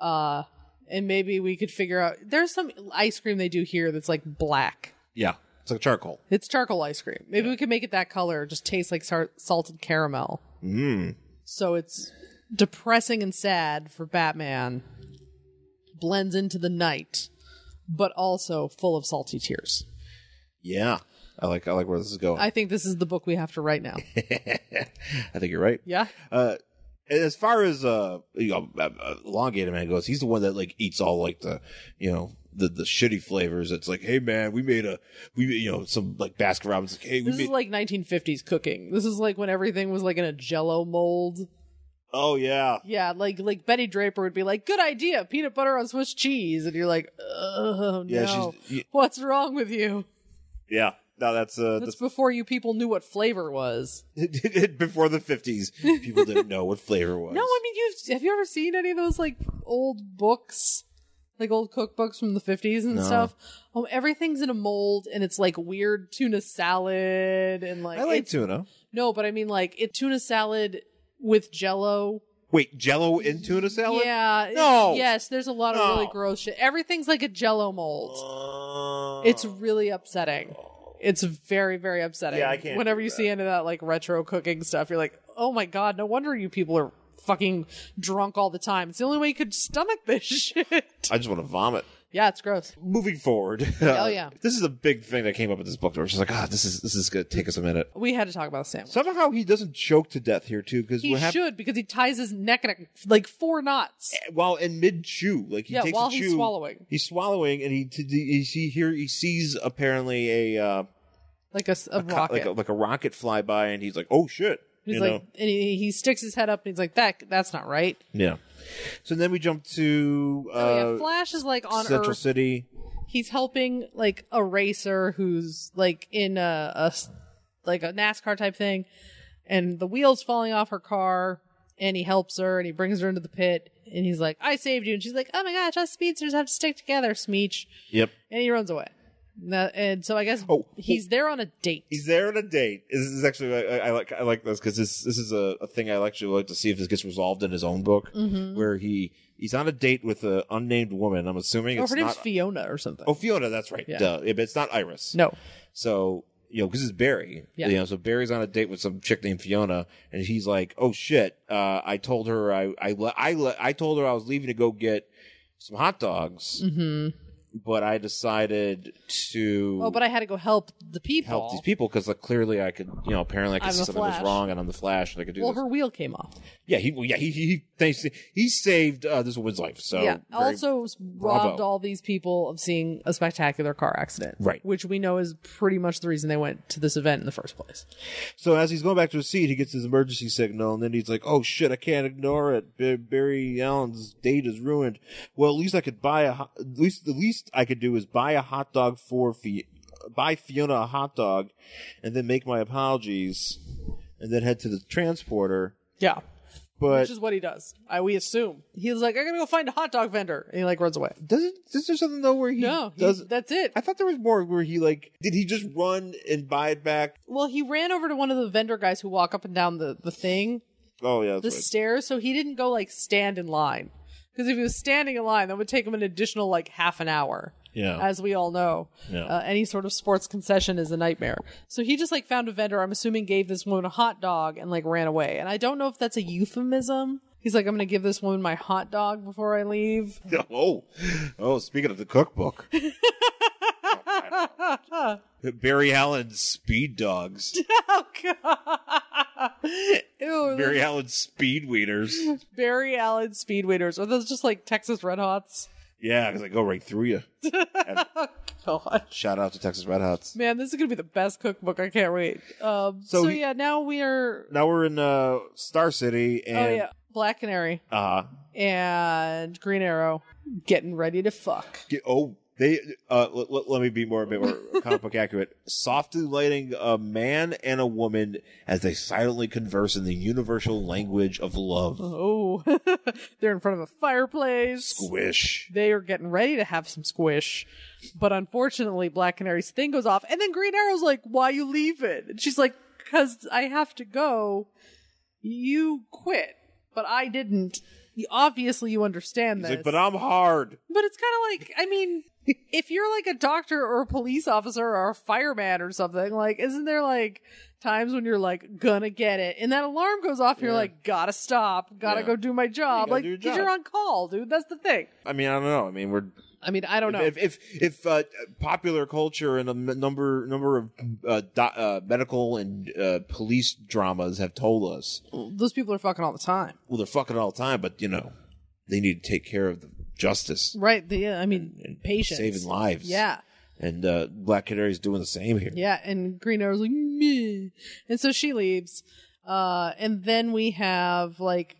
Uh, and maybe we could figure out. There's some ice cream they do here that's like black. Yeah, it's like charcoal. It's charcoal ice cream. Maybe we could make it that color. Just taste like sar- salted caramel. Mm. So it's depressing and sad for Batman. Blends into the night, but also full of salty tears. Yeah, I like I like where this is going. I think this is the book we have to write now. I think you're right. Yeah. Uh, as far as uh, you know, uh, uh, elongated man goes, he's the one that like eats all like the, you know, the the shitty flavors. It's like, hey man, we made a, we you know, some like Baskin Robbins. Like, hey, we This made, is like 1950s cooking. This is like when everything was like in a jello mold. oh yeah, Yeah, like like Betty Draper would be like, "Good idea, peanut butter on Swiss cheese," and you're like, "Oh yeah, no, she's, y- what's wrong with you?" yeah. No, that's uh, That's before you people knew what flavor was. that's, before the fifties. People didn't know what flavor was. No, I mean, you have you ever seen any of those like old books, like old cookbooks from the fifties and No. stuff? Um, everything's in a mold, and it's like weird tuna salad and like I like it's- tuna. no, but I mean like it tuna salad with Jello. Wait, Jello in tuna salad? Yeah. it- No. Yes, there's a lot of No. really gross shit. Everything's like a jello mold. Uh, It's really upsetting. It's very, very upsetting. Yeah, I can't Whenever do you that. see any of that like retro cooking stuff, you're like, oh my god, no wonder you people are fucking drunk all the time. It's the only way you could stomach this shit. I just want to vomit. yeah, it's gross. Moving forward. Oh, yeah. This is a big thing that came up with this book. Where it's just like, ah, this is this is gonna take us a minute. We had to talk about Sam. Somehow he doesn't choke to death here too, because he what happened? should because he ties his neck in a, like four knots. While in mid chew, like he yeah, takes while a chew, he's swallowing, he's swallowing, and he t- he see here he sees apparently a, uh, like a, s- a co- rocket. like a, like a rocket fly by, and he's like, oh shit, he's you like, know, and he, he sticks his head up and he's like, that that's not right. yeah. So then we jump to uh, Oh, yeah, Flash is like on Central Earth. City. He's helping like a racer who's like in a, a s- like a NASCAR type thing, and the wheels falling off her car, and he helps her and he brings her into the pit, and he's like, "I saved you," and she's like, "Oh my gosh, us speedsters have to stick together, Smeech," Yep. and he runs away. And that- and so I guess Oh. he's there on a date. He's there on a date. This is actually I, I like I like this because this this is a, a thing I actually like to see if this gets resolved in his own book, Mm-hmm. where he he's on a date with an unnamed woman. I'm assuming oh, it's her name's not Fiona or something. oh Fiona. That's right. Yeah. Duh. Yeah, but it's not Iris. No, So you know because it's Barry. Yeah. You know so Barry's on a date with some chick named Fiona, and he's like, oh shit, uh, I told her I I le- I le- I told her I was leaving to go get some hot dogs, but I decided to Mm-hmm. oh, but I had to go help the people. help these people because like, clearly I could, you know, apparently I could I'm see the something was Flash. wrong and I'm the Flash and I could do Well, this. her wheel came off. Yeah, he, well, yeah, he, he, he, thanks, he saved uh, this woman's life. So yeah. Oh, very- also s- bravo. robbed all these people of seeing a spectacular car accident. Right. Which we know is pretty much the reason they went to this event in the first place. so as he's going back to his seat, he gets his emergency signal and then he's like, "Oh shit, I can't ignore it. Ba- Barry Allen's date is ruined. Well, at least I could buy a, hot- at least the least I could do is buy a hot dog for Fi- buy Fiona a hot dog, and then make my apologies, and then head to the transporter. Yeah. But Which is what he does. I we assume. He's like, I'm gonna go find a hot dog vendor and he like runs away. doesn't is there something though where he No, he- does that's it. I thought there was more where he like did he just run and buy it back? Well, he ran over to one of the vendor guys who walk up and down the, the thing, Oh yeah, the that's right. stairs, so he didn't go like stand in line. Because if he was standing in line, that would take him an additional like half an hour. yeah. as we all know. Yeah. Uh, any sort of sports concession is a nightmare. So he just like found a vendor, I'm assuming gave this woman a hot dog and like ran away. And I don't know if that's a euphemism. He's like, I'm going to give this woman my hot dog before I leave. oh, oh. Speaking of the cookbook, Barry Allen's speed dogs, Oh, God. Ew. Barry Allen's speed weeders. Barry Allen Speedwaiters. Are those just like Texas Red Hots? Yeah, because I go right through you. God. Shout out to Texas Red Hots. Man, this is going to be the best cookbook. I can't wait. Um, So so, he- yeah, now we are. Now we're in uh, Star City, Oh, and yeah. Black Canary. uh, and Green Arrow getting ready to fuck. get- oh, they uh, let- let- let me be more, bit more comic book accurate. Softly lighting a man and a woman as they silently converse in the universal language of love. Oh, they're in front of a fireplace. Squish. They are getting ready to have some squish, but unfortunately, Black Canary's thing goes off, and then Green Arrow's like, "Why you leave it?" And she's like, "Cause I have to go. You quit, but I didn't." You- Obviously, you understand He's this, like, but I'm hard. But it's kind of like, I mean, if you're like a doctor or a police officer or a fireman or something, like, isn't there like times when you're like gonna get it and that alarm goes off and you're Yeah. like gotta stop gotta Yeah. go do my job gotta like do your 'cause job. you're on call dude that's the thing I mean, I don't know. I mean, we're i mean i don't know if if if, if uh, popular culture and a m- number number of uh, do, uh, medical and uh, police dramas have told us, those people are fucking all the time well, they're fucking all the time, but you know, they need to take care of the justice, right the, yeah, i mean patients saving lives. yeah and uh, Black Canary's doing the same here. Yeah, and Green Arrow's like me, and so she leaves. Uh, and then we have like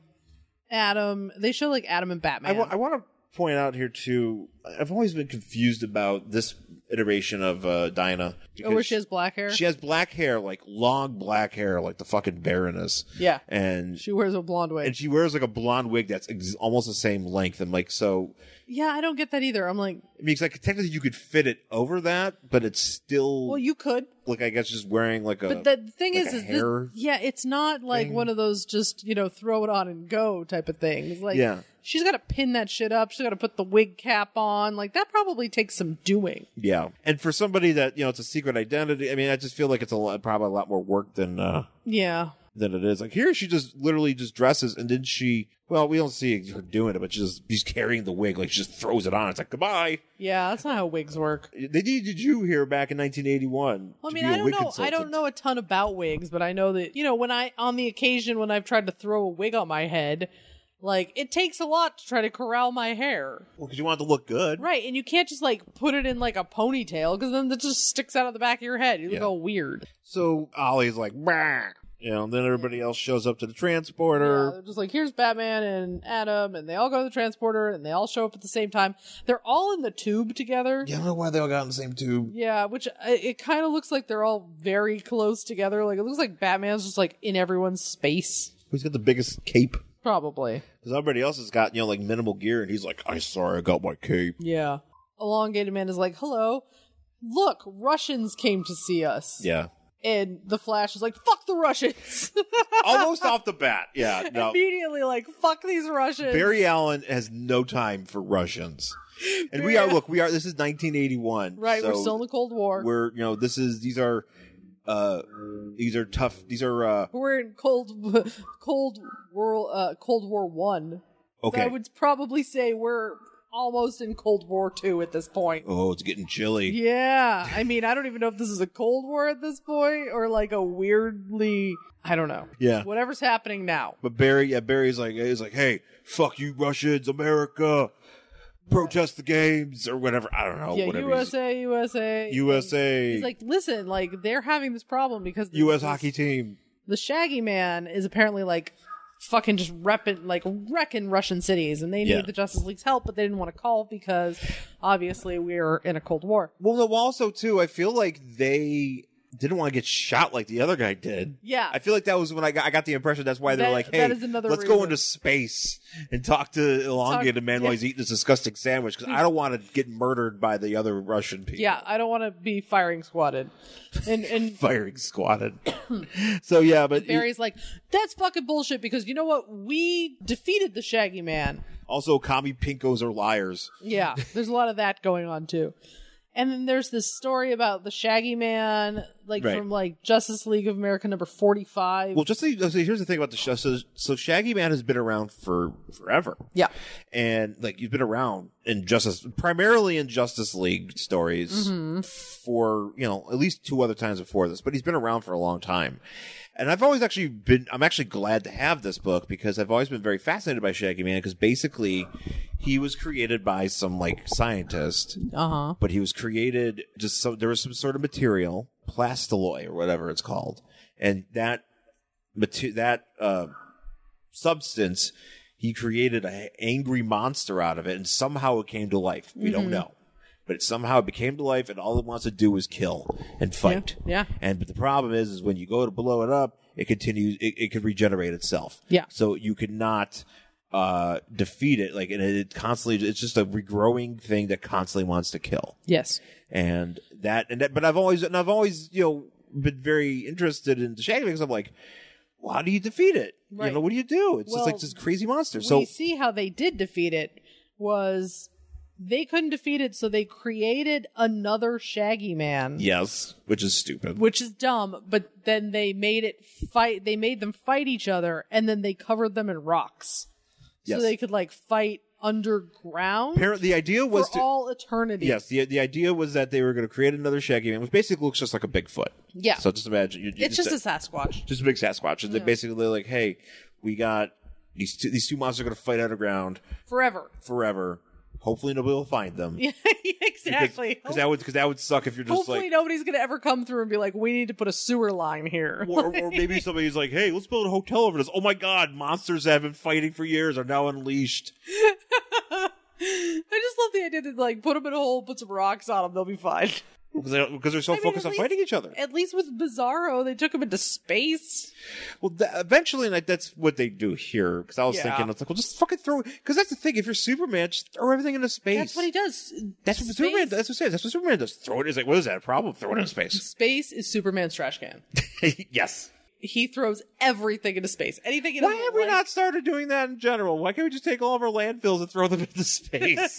Adam. They show like Adam and Batman. I want to point out here too. I've always been confused about this iteration of uh, Dinah. oh, where because she has black hair. she has black hair, like long black hair, like the fucking Baroness, yeah, and she wears a blonde wig. and she wears like a blonde wig that's ex- almost the same length. And like so, yeah, I don't get that either. I'm like, I mean, it's like technically you could fit it over that, but it's still well, you could, like I guess just wearing like a. but the thing like is, a is this- hair yeah, it's not like one of those just you know throw it on and go type of things. Like, Yeah. she's got to pin that shit up. She's got to put the wig cap on. Like that probably takes some doing. yeah, and for somebody that you know, it's a secret identity. I mean, I just feel like it's a lot, probably a lot more work than. uh Yeah, than it is. Like here, she just literally just dresses, and then she. Well, we don't see her doing it, but she just she's carrying the wig, like she just throws it on. It's like goodbye. yeah, that's not how wigs work. They needed you here back in 1981. Well, I to mean, be a I don't wig know. I consultant. don't know a ton about wigs, but I know that you know when I on the occasion when I've tried to throw a wig on my head, like it takes a lot to try to corral my hair, Well, because you want it to look good. right? And you can't just like put it in like a ponytail because then that just sticks out of the back of your head. You look Yeah. all weird. So Ollie's like, bah. you know, and then everybody else shows up to the Yeah, transporter. they're just like here's Batman and Adam, and they all go to the transporter, and they all show up at the same time. They're all in the tube together. Yeah, I don't know why they all got in the same tube. Yeah, which uh, it kind of looks like they're all very close together. Like it looks like Batman's just like in everyone's space, Who's got the biggest cape? probably. Because everybody else has got you know like minimal gear, and he's like, "I sorry, I got my cape." Yeah. Elongated Man is like, hello. Look, Russians came to see us. Yeah, And the Flash is like, fuck the Russians. almost off the bat. Yeah, no. Immediately, like, fuck these Russians. Barry Allen has no time for Russians. And we are look, we are this is 1981. right, we're so still in the Cold War. We're, we're you know this is these are uh these are tough these are uh in Cold Cold World uh, Cold War One. So okay. I would probably say we're almost in Cold War Two at this point. oh, it's getting chilly. Yeah, I mean, I don't even know if this is a Cold War at this point or like a weirdly, I don't know. Yeah. Whatever's happening now. But Barry yeah, Barry's like he's like, "Hey, fuck you Russians, America. Protest the games or whatever. I don't know, yeah, whatever. he's- USA, USA, USA. He's like, listen, like they're having this problem because the, US hockey team. the Shaggy Man is apparently like fucking just repping, like wrecking Russian cities, and they Yeah. need the Justice League's help, but they didn't want to call because obviously we're in a Cold War. Well, no, also too, I feel like they didn't want to get shot like the other guy did. Yeah, I feel like that was when I got, I got the impression that's why they're That- like, hey, that is another let's go reason. into space and talk to elongated Talk- man yeah. while he's eating this disgusting sandwich because I don't want to get murdered by the other Russian people. yeah. I don't want to be firing squatted, and and. Firing squatted. so yeah, but Barry's like, that's fucking bullshit because you know what? We defeated the Shaggy Man. also commie pinkos are liars. Yeah, there's a lot of that going on too. And then there's this story about the Shaggy Man, like Right. from like Justice League of America number forty-five. Well, just so, you- so here's the thing about the show. So, so Shaggy Man has been around for forever. yeah, and like you've been around in justice primarily in justice league stories for you know at least two other times before this but he's been around for a long time and i've always actually been i'm actually glad to have this book because i've always been very fascinated by shaggy man because basically he was created by some like scientist uh huh. but he was created just so there was some sort of material plastiloy or whatever it's called and that mate- that uh, substance he created an angry monster out of it and somehow it came to life we Mm-hmm. don't know but it somehow it became to life and all it wants to do is kill and fight yeah. and but the problem is is when you go to blow it up it continues it, it can regenerate itself Yeah. so you could not uh defeat it like and it, it constantly it's just a regrowing thing that constantly wants to kill Yes. and that and that but i've always and i've always you know been very interested in the shaggy because i'm like well, how do you defeat it Right. you know what do you do it's Well, just like this crazy monster We so see how they did defeat it was They couldn't defeat it, so they created another Shaggy Man. Yes, which is stupid. Which is dumb, but then they made it fight. They made them fight each other, and then they covered them in rocks, yes. so they could like fight underground Apparently, the idea was for to all eternity. yes. The the idea was that they were going to create another Shaggy Man, which basically looks just like a Bigfoot. Yeah. So just imagine you, you it's just a Sasquatch. just a big Sasquatch. And They basically they're like, hey, we got these two, these two monsters are going to fight underground Forever. forever. Hopefully, nobody will find them. Yeah, exactly. Because that would because that would suck if you're just Hopefully like nobody's gonna ever come through and be like, "We need to put a sewer line here." or, or maybe somebody's like, "Hey, let's build a hotel over this." Oh my God, monsters that have been fighting for years are now unleashed. I just love the idea that like put them in a hole, put some rocks on them, they'll be fine. Because they don't- because they're so mean, focused at on least- fighting each other. At least with Bizarro, they took him into space. Well, th- eventually, like that's what they do here. Because I was Yeah. thinking, it's like, well, just fucking throw. Because that's the thing. If you're Superman, just throw everything into space. That's what he does. That's what space, Superman. That's what, he says. that's what Superman does. Throw it. It's like, what is that a problem? Throw it into space. Space is Superman's trash can. yes. He throws everything into space. Anything. in Why his have we life- not started doing that in general? Why can't we just take all of our landfills and throw them into space?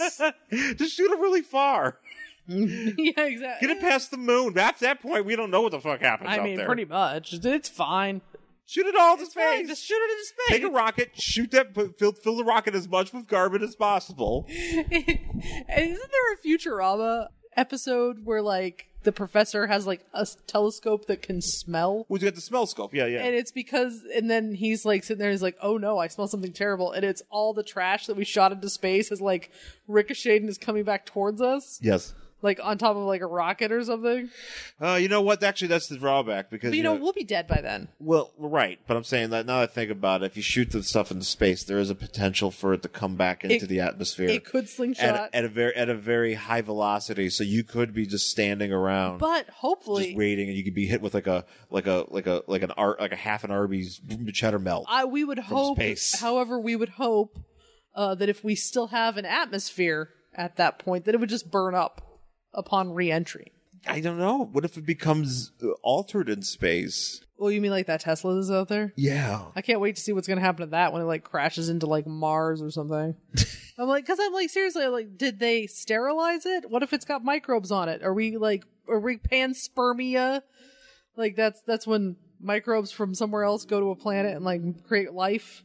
just shoot them really far. yeah, exactly. Get it past the moon. At that point, we don't know what the fuck happens I out mean, there. pretty much. It's fine. shoot it all into It's fine. space. Just shoot it into space. Take a rocket, shoot that, put- fill, fill the rocket as much with garbage as possible. And Isn't there a Futurama episode where like the professor has like a s- telescope that can smell? We got the smell scope. Yeah, yeah. And it's because, and then he's like sitting there, and he's like, "Oh no, I smell something terrible!" And it's all the trash that we shot into space is like ricocheted and is coming back towards us, yes. like on top of like a rocket or something. Uh, you know what? Actually, that's the drawback because But you know, we'll be dead by then. Well, right, but I'm saying that now that I think about it, if you shoot the stuff into space, there is a potential for it to come back into It- the atmosphere. It could slingshot, at, at a very at a very high velocity, so you could be just standing around, but just hopefully, waiting, and you could be hit with like a like a like a like an art like a half an Arby's cheddar melt. I we would hope. space. However, we would hope uh, that if we still have an atmosphere at that point, that it would just burn up upon re-entry. I don't know. What if it becomes uh, altered in space? Well, you mean like that Tesla that's out there? Yeah. I can't wait to see what's gonna happen to that when it like crashes into like Mars or something. I'm like, because I'm like, seriously, like, did they sterilize it? What if it's got microbes on it? Are we like, are we panspermia? Like that's that's when microbes from somewhere else go to a planet and like create life.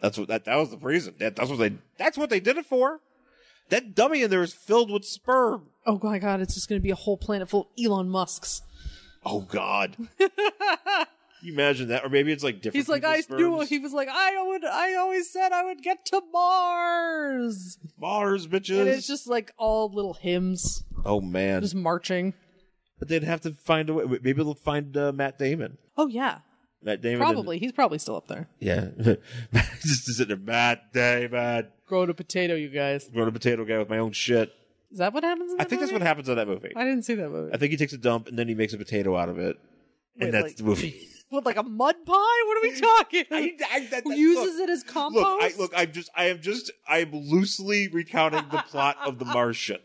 That's what that, that was the reason. That, that's what they that's what they did it for. That dummy in there is filled with sperm. Oh my god, it's just gonna be a whole planet full of Elon Musk's. Oh God. Can you imagine that? Or maybe it's like different. He's like, I people's knew. sperms. He was like, I would. I always said I would get to Mars. Mars bitches. And it's just like all little hymns, oh man. just marching. but they'd have to find a way. Maybe they'll find uh, Matt Damon. Oh yeah, Matt Damon. and- probably. He's probably still up there. yeah. just to sit there, Matt Damon. Growing a potato, you guys. Grown a potato guy with my own shit. Is that what happens? In I that think that's what movie? happens in that movie. I didn't see that movie. I think he takes a dump and then he makes a potato out of it. Wait, and that's like- the movie. What, like a mud pie? What are we talking? I- I- that- that- Uses look. it as compost. Look, I look, I'm just I am just I am loosely recounting the plot of the Martian.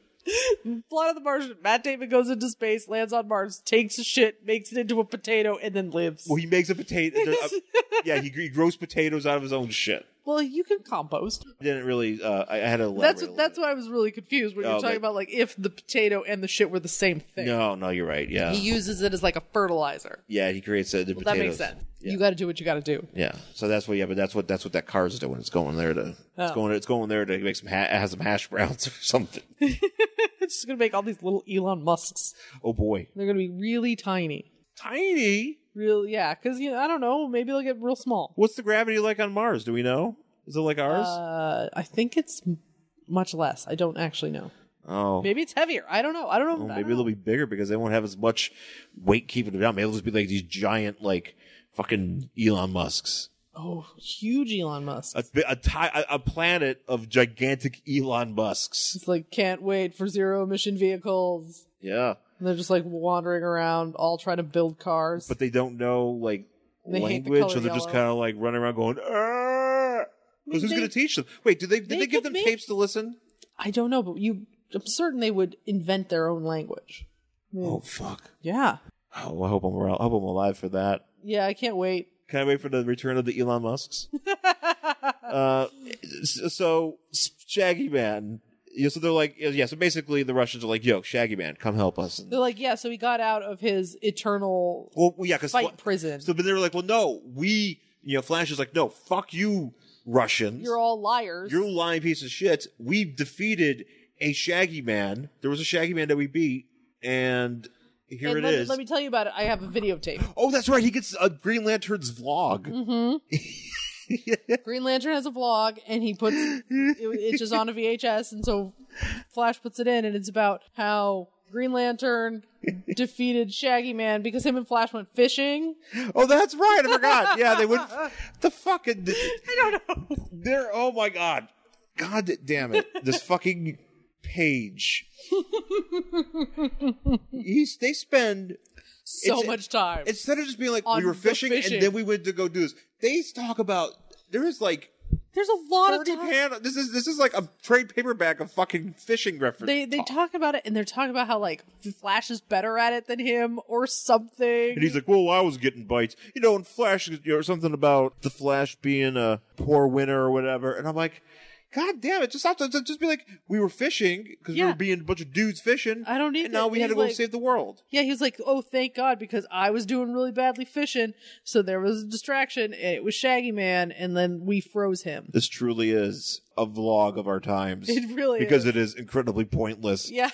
Plot of the Martian. Matt Damon goes into space, lands on Mars, takes a shit, makes it into a potato, and then lives. Well, he makes a potato. there- uh, yeah, he, he grows potatoes out of his own shit. Well, you can compost. I didn't really. Uh, I, I had to. elaborate That's a little that's bit. why I was really confused when you're Oh, talking that- about like if the potato and the shit were the same thing. No, no, you're right. Yeah, He uses it as like a fertilizer. yeah, he creates uh, the That potatoes. makes sense. You got to do what you got to do. Yeah, so that's what. Yeah, but that's what that's what that car's doing. It's going there to. It's Oh. going. It's going there to make some ha- has some hash browns or something. It's just gonna make all these little Elon Musks. oh boy, They're gonna be really tiny. tiny. Real, yeah, because you know, I don't know. Maybe they'll get real small. What's the gravity like on Mars? Do we know? Is it like ours? Uh, I think it's m- much less. I don't actually know. oh. Maybe it's heavier. I don't know. I don't know. Well, I Oh, maybe don't they'll be bigger because they won't have as much weight keeping it down. Maybe they'll just be like these giant, like fucking Elon Musk's. know. oh, huge Elon Musk. a, bi- a, ti- a- a planet of gigantic Elon Musks. it's like can't wait for zero emission vehicles. Yeah, And they're just like wandering around, all trying to build cars. but they don't know like They hate the language, color so they're just yellow. kind of like running around going. Because who's they- going to teach them? Wait, did they did they, they give could them make- tapes to listen? I don't know, but you, I'm certain they would invent their own language. Hmm. Oh fuck! Yeah. Oh, I hope I'm around. I hope I'm alive for that. Yeah, I can't wait. Can I wait for the return of the Elon Musks? uh, s- so Shaggy Man you know, so they're like, yeah. So basically, the Russians are like, "Yo, Shaggy Man, come help us." And- They're like, yeah, so he got out of his eternal well, yeah, because fight prison. so, but they were like, "Well, no, we." You know, Flash is like, "No, fuck you, Russians. You're all liars. You're lying piece of shit. We defeated a Shaggy Man. There was a Shaggy Man that we beat, and here and it let, is. let me tell you about it. I have a videotape. oh, that's right. He gets a Green Lantern's vlog. Green Lantern has a vlog, and he puts it, it's just on a VHS, and so Flash puts it in, and it's about how Green Lantern defeated Shaggy Man because him and Flash went fishing. Oh, that's right. I forgot. Yeah, they would. The fucking. I don't know. They're. Oh my god. God damn it! This fucking page. He's, they spend So It's- much time. instead of just being like On we were the fishing, fishing. and then we went to go do this. They talk about there is like There's a lot of thirty time. pan. This is this is like a trade paperback of fucking fishing reference. They they talk about it, and they're talking about how like Flash is better at it than him, or something. And he's like, "Well, I was getting bites, you know." And Flash, you know, something about the Flash being a poor winner or whatever. And I'm like, "God damn it! Just have to just just be like, we were fishing because we Yeah. were being a bunch of dudes fishing. I don't need And now that. we had to He's go like- save the world. Yeah, he was like, "Oh, thank God," because I was doing really badly fishing, so there was a distraction. And it was Shaggy Man, and then we froze him. This truly is a vlog of our times. It really because it is incredibly pointless. Yeah,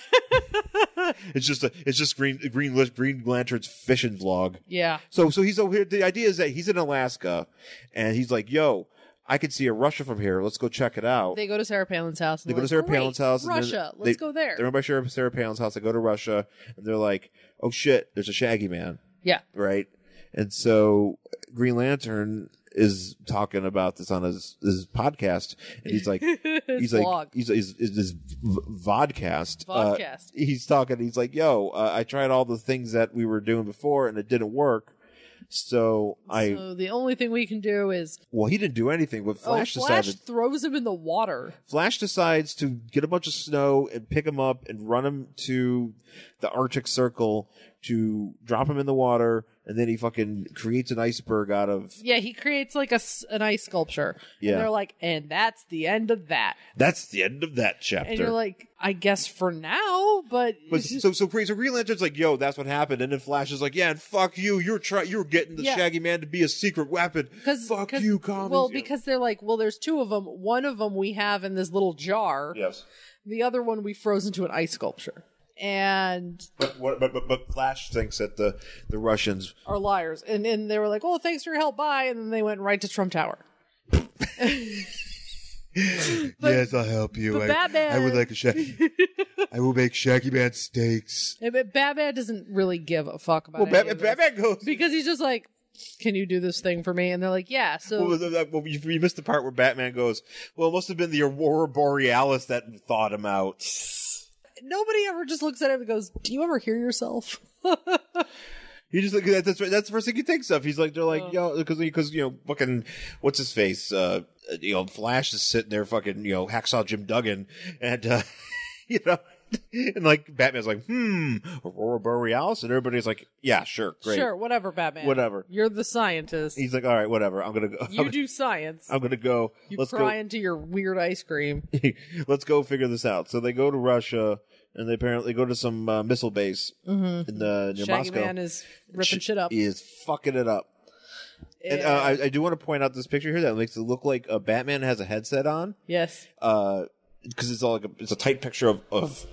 It's just a it's just green green Lan- green lanterns fishing vlog. yeah. So so he's over here. The idea is that he's in Alaska, and he's like, "Yo, I can see a Russia from here. Let's go check it out." They go to Sarah Palin's house. And They we're go to like, Sarah "Great, Palin's house. and then Russia. they- Let's go there. They're by Sarah, Sarah Palin's house. They go to Russia and they're like, oh shit, there's a Shaggy Man, Yeah, right? And so Green Lantern is talking about this on his, his podcast, and he's like, he's vlog. like, he's, he's, he's this v- vodcast. uh, Vodcast. he's talking. He's like, yo, uh, I tried all the things that we were doing before, and it didn't work. So I, so the only thing we can do is well, he didn't do anything, but Flash oh, Flash decided throws him in the water. Flash decides to get a bunch of snow and pick him up and run him to the Arctic Circle to drop him in the water, and then he fucking creates an iceberg out of. Yeah, he creates like a s- an ice sculpture. Yeah. and they're like, and that's the end of that. That's the end of that chapter. And you're like, I guess for now, but But so so Green- so Green Lantern's like, yo, that's what happened, and then Flash is like, yeah, and fuck you, you're try you're getting the Yeah. Shaggy Man to be a secret weapon. Cause, fuck 'cause- you, comics. Well, Yeah. because they're like, well, there's two of them. One of them we have in this little jar. yes, The other one we froze into an ice sculpture. And but, what- but but but Flash thinks that the the Russians are liars. And then they were like, oh, thanks for your help. Bye. And then they went right to Trump Tower. yes, I'll help you. but I, Batman- I would like a Shaggy. I will make Shaggy Man steaks. And- But Batman doesn't really give a fuck about well, any Batman, of this. Batman goes Because he's just like, can you do this thing for me? And they're like, yeah. So Well, well, well, you, you missed the part where Batman goes, "Well, it must have been the aurora borealis that thought him out." nobody ever just looks at him and goes, do you ever hear yourself? He just like that- that's that's the first thing he thinks of. He's like, they're like, yo, because because you know, fucking what's his face, uh, you know, Flash is sitting there, fucking you know, hacksaw Jim Duggan, and uh, you know. And like Batman's like, hmm, Aurora Borealis, and everybody's like, yeah, sure, great, Sure, whatever, Batman. Whatever. You're the scientist. He's like, all right, whatever, I'm gonna go, I'm, you gonna- do science. I'm gonna go, you let's cry go, into your weird ice cream. let's go figure this out. So they go to Russia and they apparently go to some uh, missile base in uh, near Mm-hmm. Shaggy Moscow. Man is ripping shit up. He is fucking it up. And uh, I, I do want to point out this picture here that makes it look like uh, Batman has a headset on yes. because it's all like a, it's a tight picture of, of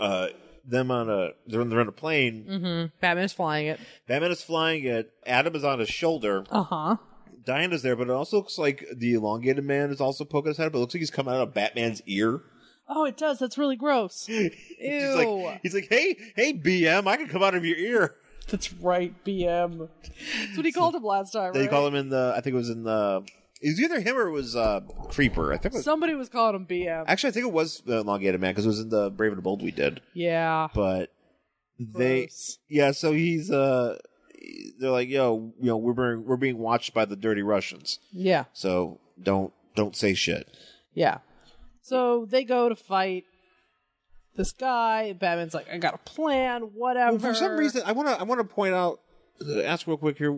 uh, them on a they're on, they're on a plane. Mm-hmm. Batman's flying it. Batman is flying it. Adam is on his shoulder. Uh huh. Diana's there, but it also looks like the elongated man is also poking his head. But it looks like he's coming out of Batman's ear. Oh, it does. That's really gross. Ew. He's like, he's like, hey, hey, BM, I can come out of your ear. That's right, BM. That's what he called him last time. They right? call him in the, I think it was in the, it was either him or it was uh, Creeper. I think it was, Somebody was calling him BM. actually, I think it was the Elongated Man because it was in the Brave and the Bold we did. yeah. But they, Gross. yeah, so he's, uh, they're like, yo, you know, we're being, we're being watched by the dirty Russians. Yeah. So don't, don't say shit. Yeah. So they go to fight this guy. Batman's like, I got a plan. Whatever. Well, for some reason, I want to I want to point out, ask real quick here.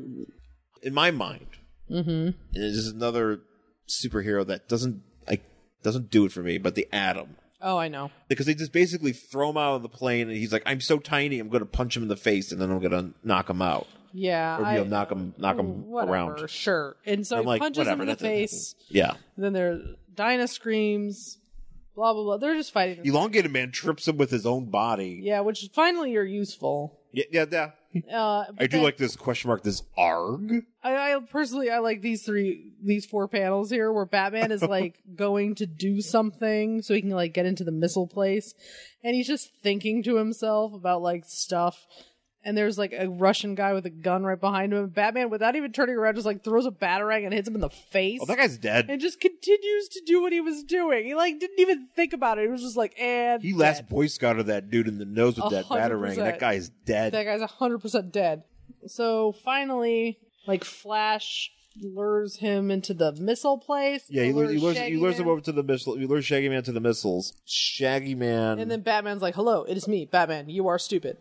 In my mind, mm-hmm. this is another superhero that doesn't like doesn't do it for me. But the Atom, Oh, I know. because they just basically throw him out of the plane, and he's like, "I'm so tiny, I'm going to punch him in the face, and then I'm going to knock him out, Yeah. or you I, know, knock him, knock him whatever, around." Sure. And so I'm he like, punches whatever, him in the that's it. face. Yeah, Then there, Dinah screams. Blah blah blah. They're just fighting. elongated man trips him with his own body. yeah, which finally are useful. Yeah, yeah. yeah. Uh, I but do then- like this question mark. This arg. I, I personally I like these three these four panels here where Batman is like going to do something so he can like get into the missile place and he's just thinking to himself about like stuff and there's like a Russian guy with a gun right behind him. Batman without even turning around just like throws a batarang and hits him in the face. Oh, that guy's dead. and just continues to do what he was doing. He like didn't even think about it. He was just like, and He last Boy Scouted that dude in the nose with A that hundred batarang. percent. That guy is dead. that guy's 100% dead. So finally, like, Flash lures him into the missile place. yeah, he lures, he lures, he Shaggy lures him Man. over to the missile. He lures Shaggy Man to the missiles. Shaggy Man. And then Batman's like, hello, it is me, Batman. You are stupid.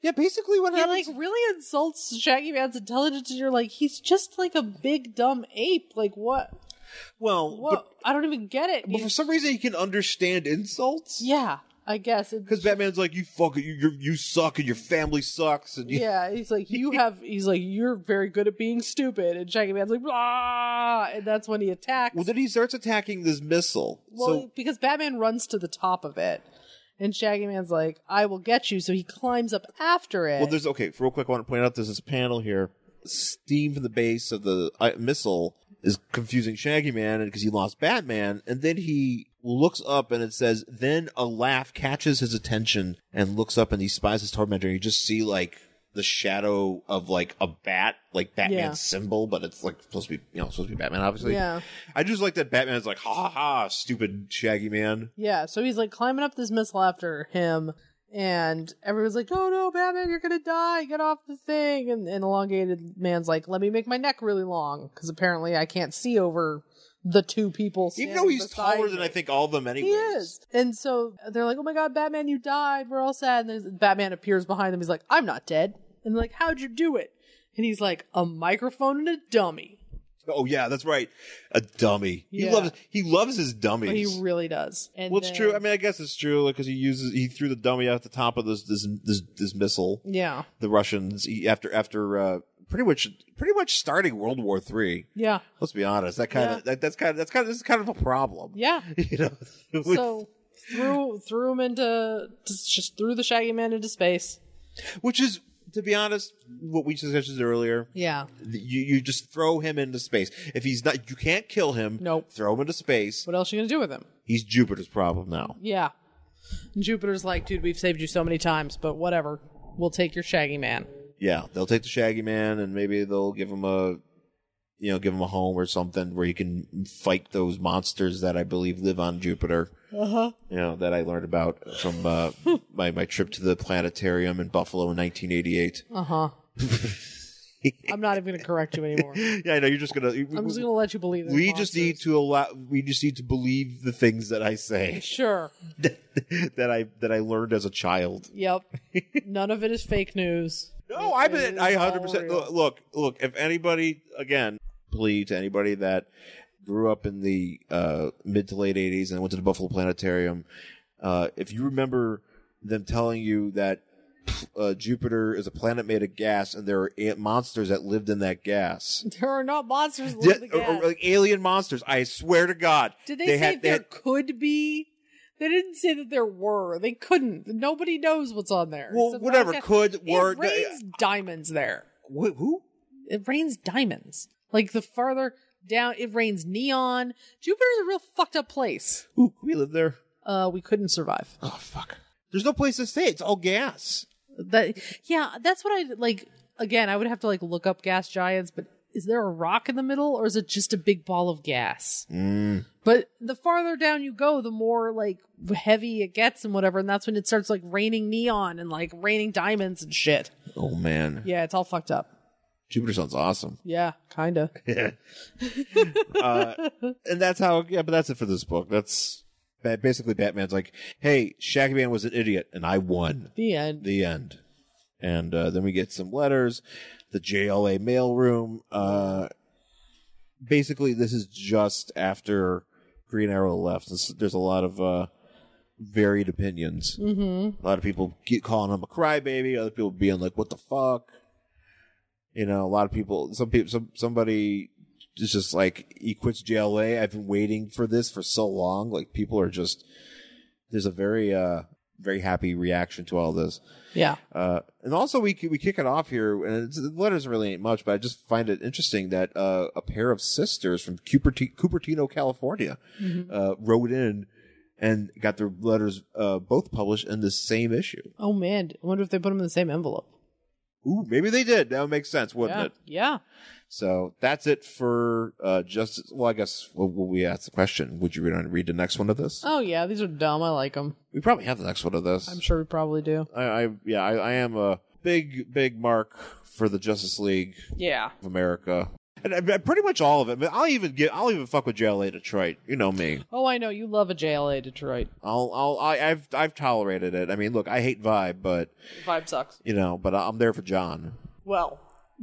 yeah, basically what He, like, happens. really insults Shaggy Man's intelligence, and you're like, he's just like a big, dumb ape. Like, what? well, What? but, I don't even get it. but for some reason he can understand insults. yeah, I guess. It's, Because Batman's like, you fuck you, you, you suck, and your family sucks, and you, yeah, he's like, you have, he's like, you're very good at being stupid. And Shaggy Man's like, ah, and that's when he attacks. Well, then he starts attacking this missile. Well, so because Batman runs to the top of it, and Shaggy Man's like, "I will get you," so he climbs up after it. Well, there's okay. Real quick, I want to point out there's this panel here. Steam from the base of the uh, missile is confusing Shaggy Man because he lost Batman, and then he looks up and it says, "Then a laugh catches his attention and looks up and he spies his tormentor." You just see like the shadow of like a bat, like Batman's Yeah. symbol, but it's like supposed to be you know supposed to be Batman, obviously. yeah, I just like that Batman's like, "Ha ha, ha stupid Shaggy Man." yeah. So he's like climbing up this missile after him, and everyone's like, "Oh no, Batman, you're gonna die! Get off the thing!" And, and elongated man's like, "Let me make my neck really long because apparently I can't see over the two people." Even standing though he's beside taller than me." I think all of them, anyways. He is. And so they're like, oh my God, Batman, you died. We're all sad. And there's, Batman appears behind them. He's like, I'm not dead. And they're like, how'd you do it? And he's like, a microphone and a dummy. Oh yeah, that's right. A dummy. He Yeah. loves he loves his But he dummies. really does. And well, it's then- true. I mean, I guess it's true because he uses he threw the dummy out the top of this this this, this missile. yeah. The Russians he, after after uh, pretty much pretty much starting World War Three. Yeah. Let's be honest. That kind of Yeah. that, that's kind of that's kind of this is kind of a problem. Yeah. You know. With- So threw, threw him into, just just threw the Shaggy Man into space. which is to be honest, what we discussed earlier. Yeah. You you just throw him into space. If he's not, you can't kill him. Nope. Throw him into space. What else you going to do with him? He's Jupiter's problem now. Yeah. And Jupiter's like, dude, we've saved you so many times, but whatever. We'll take your Shaggy Man. Yeah, they'll take the Shaggy Man and maybe they'll give him a, you know, give him a home or something where he can fight those monsters that I believe live on Jupiter. Uh Uh-huh. huh. You know that I learned about from uh, my my trip to the planetarium in Buffalo in 1988. Uh huh. I'm not even going to correct you anymore. Yeah, I know you're just gonna. I'm just gonna let you believe it. we just need to allow. We just need to believe the things that I say Sure. that I that I learned as a child. Yep. None of it is fake news. No, I mean, I is all hundred percent real. look. Look, if anybody, again, plea to anybody that grew up in the uh, mid to late '80s and went to the Buffalo Planetarium, uh, if you remember them telling you that uh, Jupiter is a planet made of gas and there are a- monsters that lived in that gas. There are not monsters. Yeah, Yeah, the or- or gas. like alien monsters. I swear to God. Did they, say there could be? They didn't say that there were. They couldn't. Nobody knows what's on there. Well, Except whatever, for gas. could, it were- rains diamonds there. Wh- who? It rains diamonds. Like the farther down, it rains neon. Jupiter's a real fucked up place. Who? We live there. Uh, we couldn't survive. Oh fuck. There's no place to stay. It's all gas. That yeah, that's what I like. Again, I would have to like look up gas giants, but is there a rock in the middle, or is it just a big ball of gas? Mm. But the farther down you go, the more like heavy it gets and whatever, and that's when it starts like raining neon and like raining diamonds and shit. Oh man, Yeah, it's all fucked up. Jupiter sounds awesome. Yeah, kinda. and that's how yeah but that's it for this book that's ba- basically batman's like hey shaggy man was an idiot and i won the end. the end and uh, then we get some letters the jla mailroom uh basically this is just after green arrow left This- there's a lot of uh varied opinions. Mm-hmm. A lot of people get calling him a crybaby. Other people being like, "What the fuck?" You know, a lot of people. Some people. Some somebody is just like, "He quits JLA. I've been waiting for this for so long." Like people are just. There's a very uh very happy reaction to all this. Yeah. Uh, and also, we we kick it off here, and it's, the letters really ain't much, but I just find it interesting that uh, a pair of sisters from Cuperti- Cupertino, California, Mm-hmm. uh, wrote in and got their letters uh, both published in the same issue. Oh man, I wonder if they put them in the same envelope. Ooh, maybe they did. That would make sense, wouldn't Yeah. it? Yeah. So that's it for uh, justice. Well, I guess well, well, we asked the question. Would you read on read the next one of this? Oh yeah, these are dumb. I like them. we probably have the next one of this. I'm sure we probably do. I, I yeah, I, I am a big big mark for the Justice League Yeah. of America, and, I- I- pretty much all of it. But I'll even get, I'll even fuck with JLA Detroit. You know me. Oh, I know you love a JLA Detroit. I'll, I'll, I, I've, I've tolerated it. I mean, look, I hate Vibe, but Vibe sucks. you know, but I'm there for John. Well,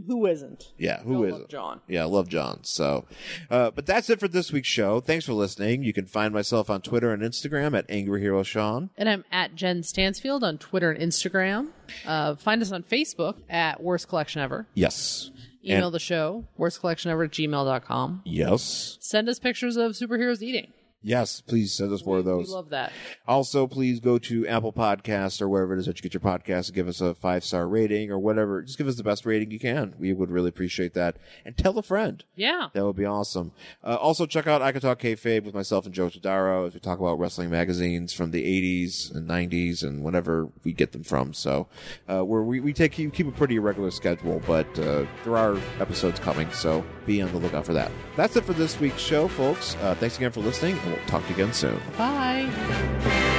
who isn't? Yeah, who is it? John? Yeah, I love John. So, uh, but that's it for this week's show. Thanks for listening. You can find myself on Twitter and Instagram at Angry Hero Sean. And I'm at Jen Stansfield on Twitter and Instagram. Uh, find us on Facebook at Worst Collection Ever. Yes. Email And- the show, worstcollectionever at gmail.com. Yes. Send us pictures of superheroes eating. Yes. Please send us more of those. We love that. Also, please go to Apple Podcasts or wherever it is that you get your podcast and give us a five star rating or whatever. Just give us the best rating you can. We would really appreciate that. And tell a friend. Yeah. That would be awesome. Uh, also, check out I Can Talk Kayfabe with myself and Joe Todaro as we talk about wrestling magazines from the 80s and 90s and whenever we get them from. So, uh, we're, we we take keep a pretty regular schedule, but uh, there are episodes coming, so be on the lookout for that. That's it for this week's show, folks. Uh, thanks again for listening, and we'll talk to you again soon. Bye.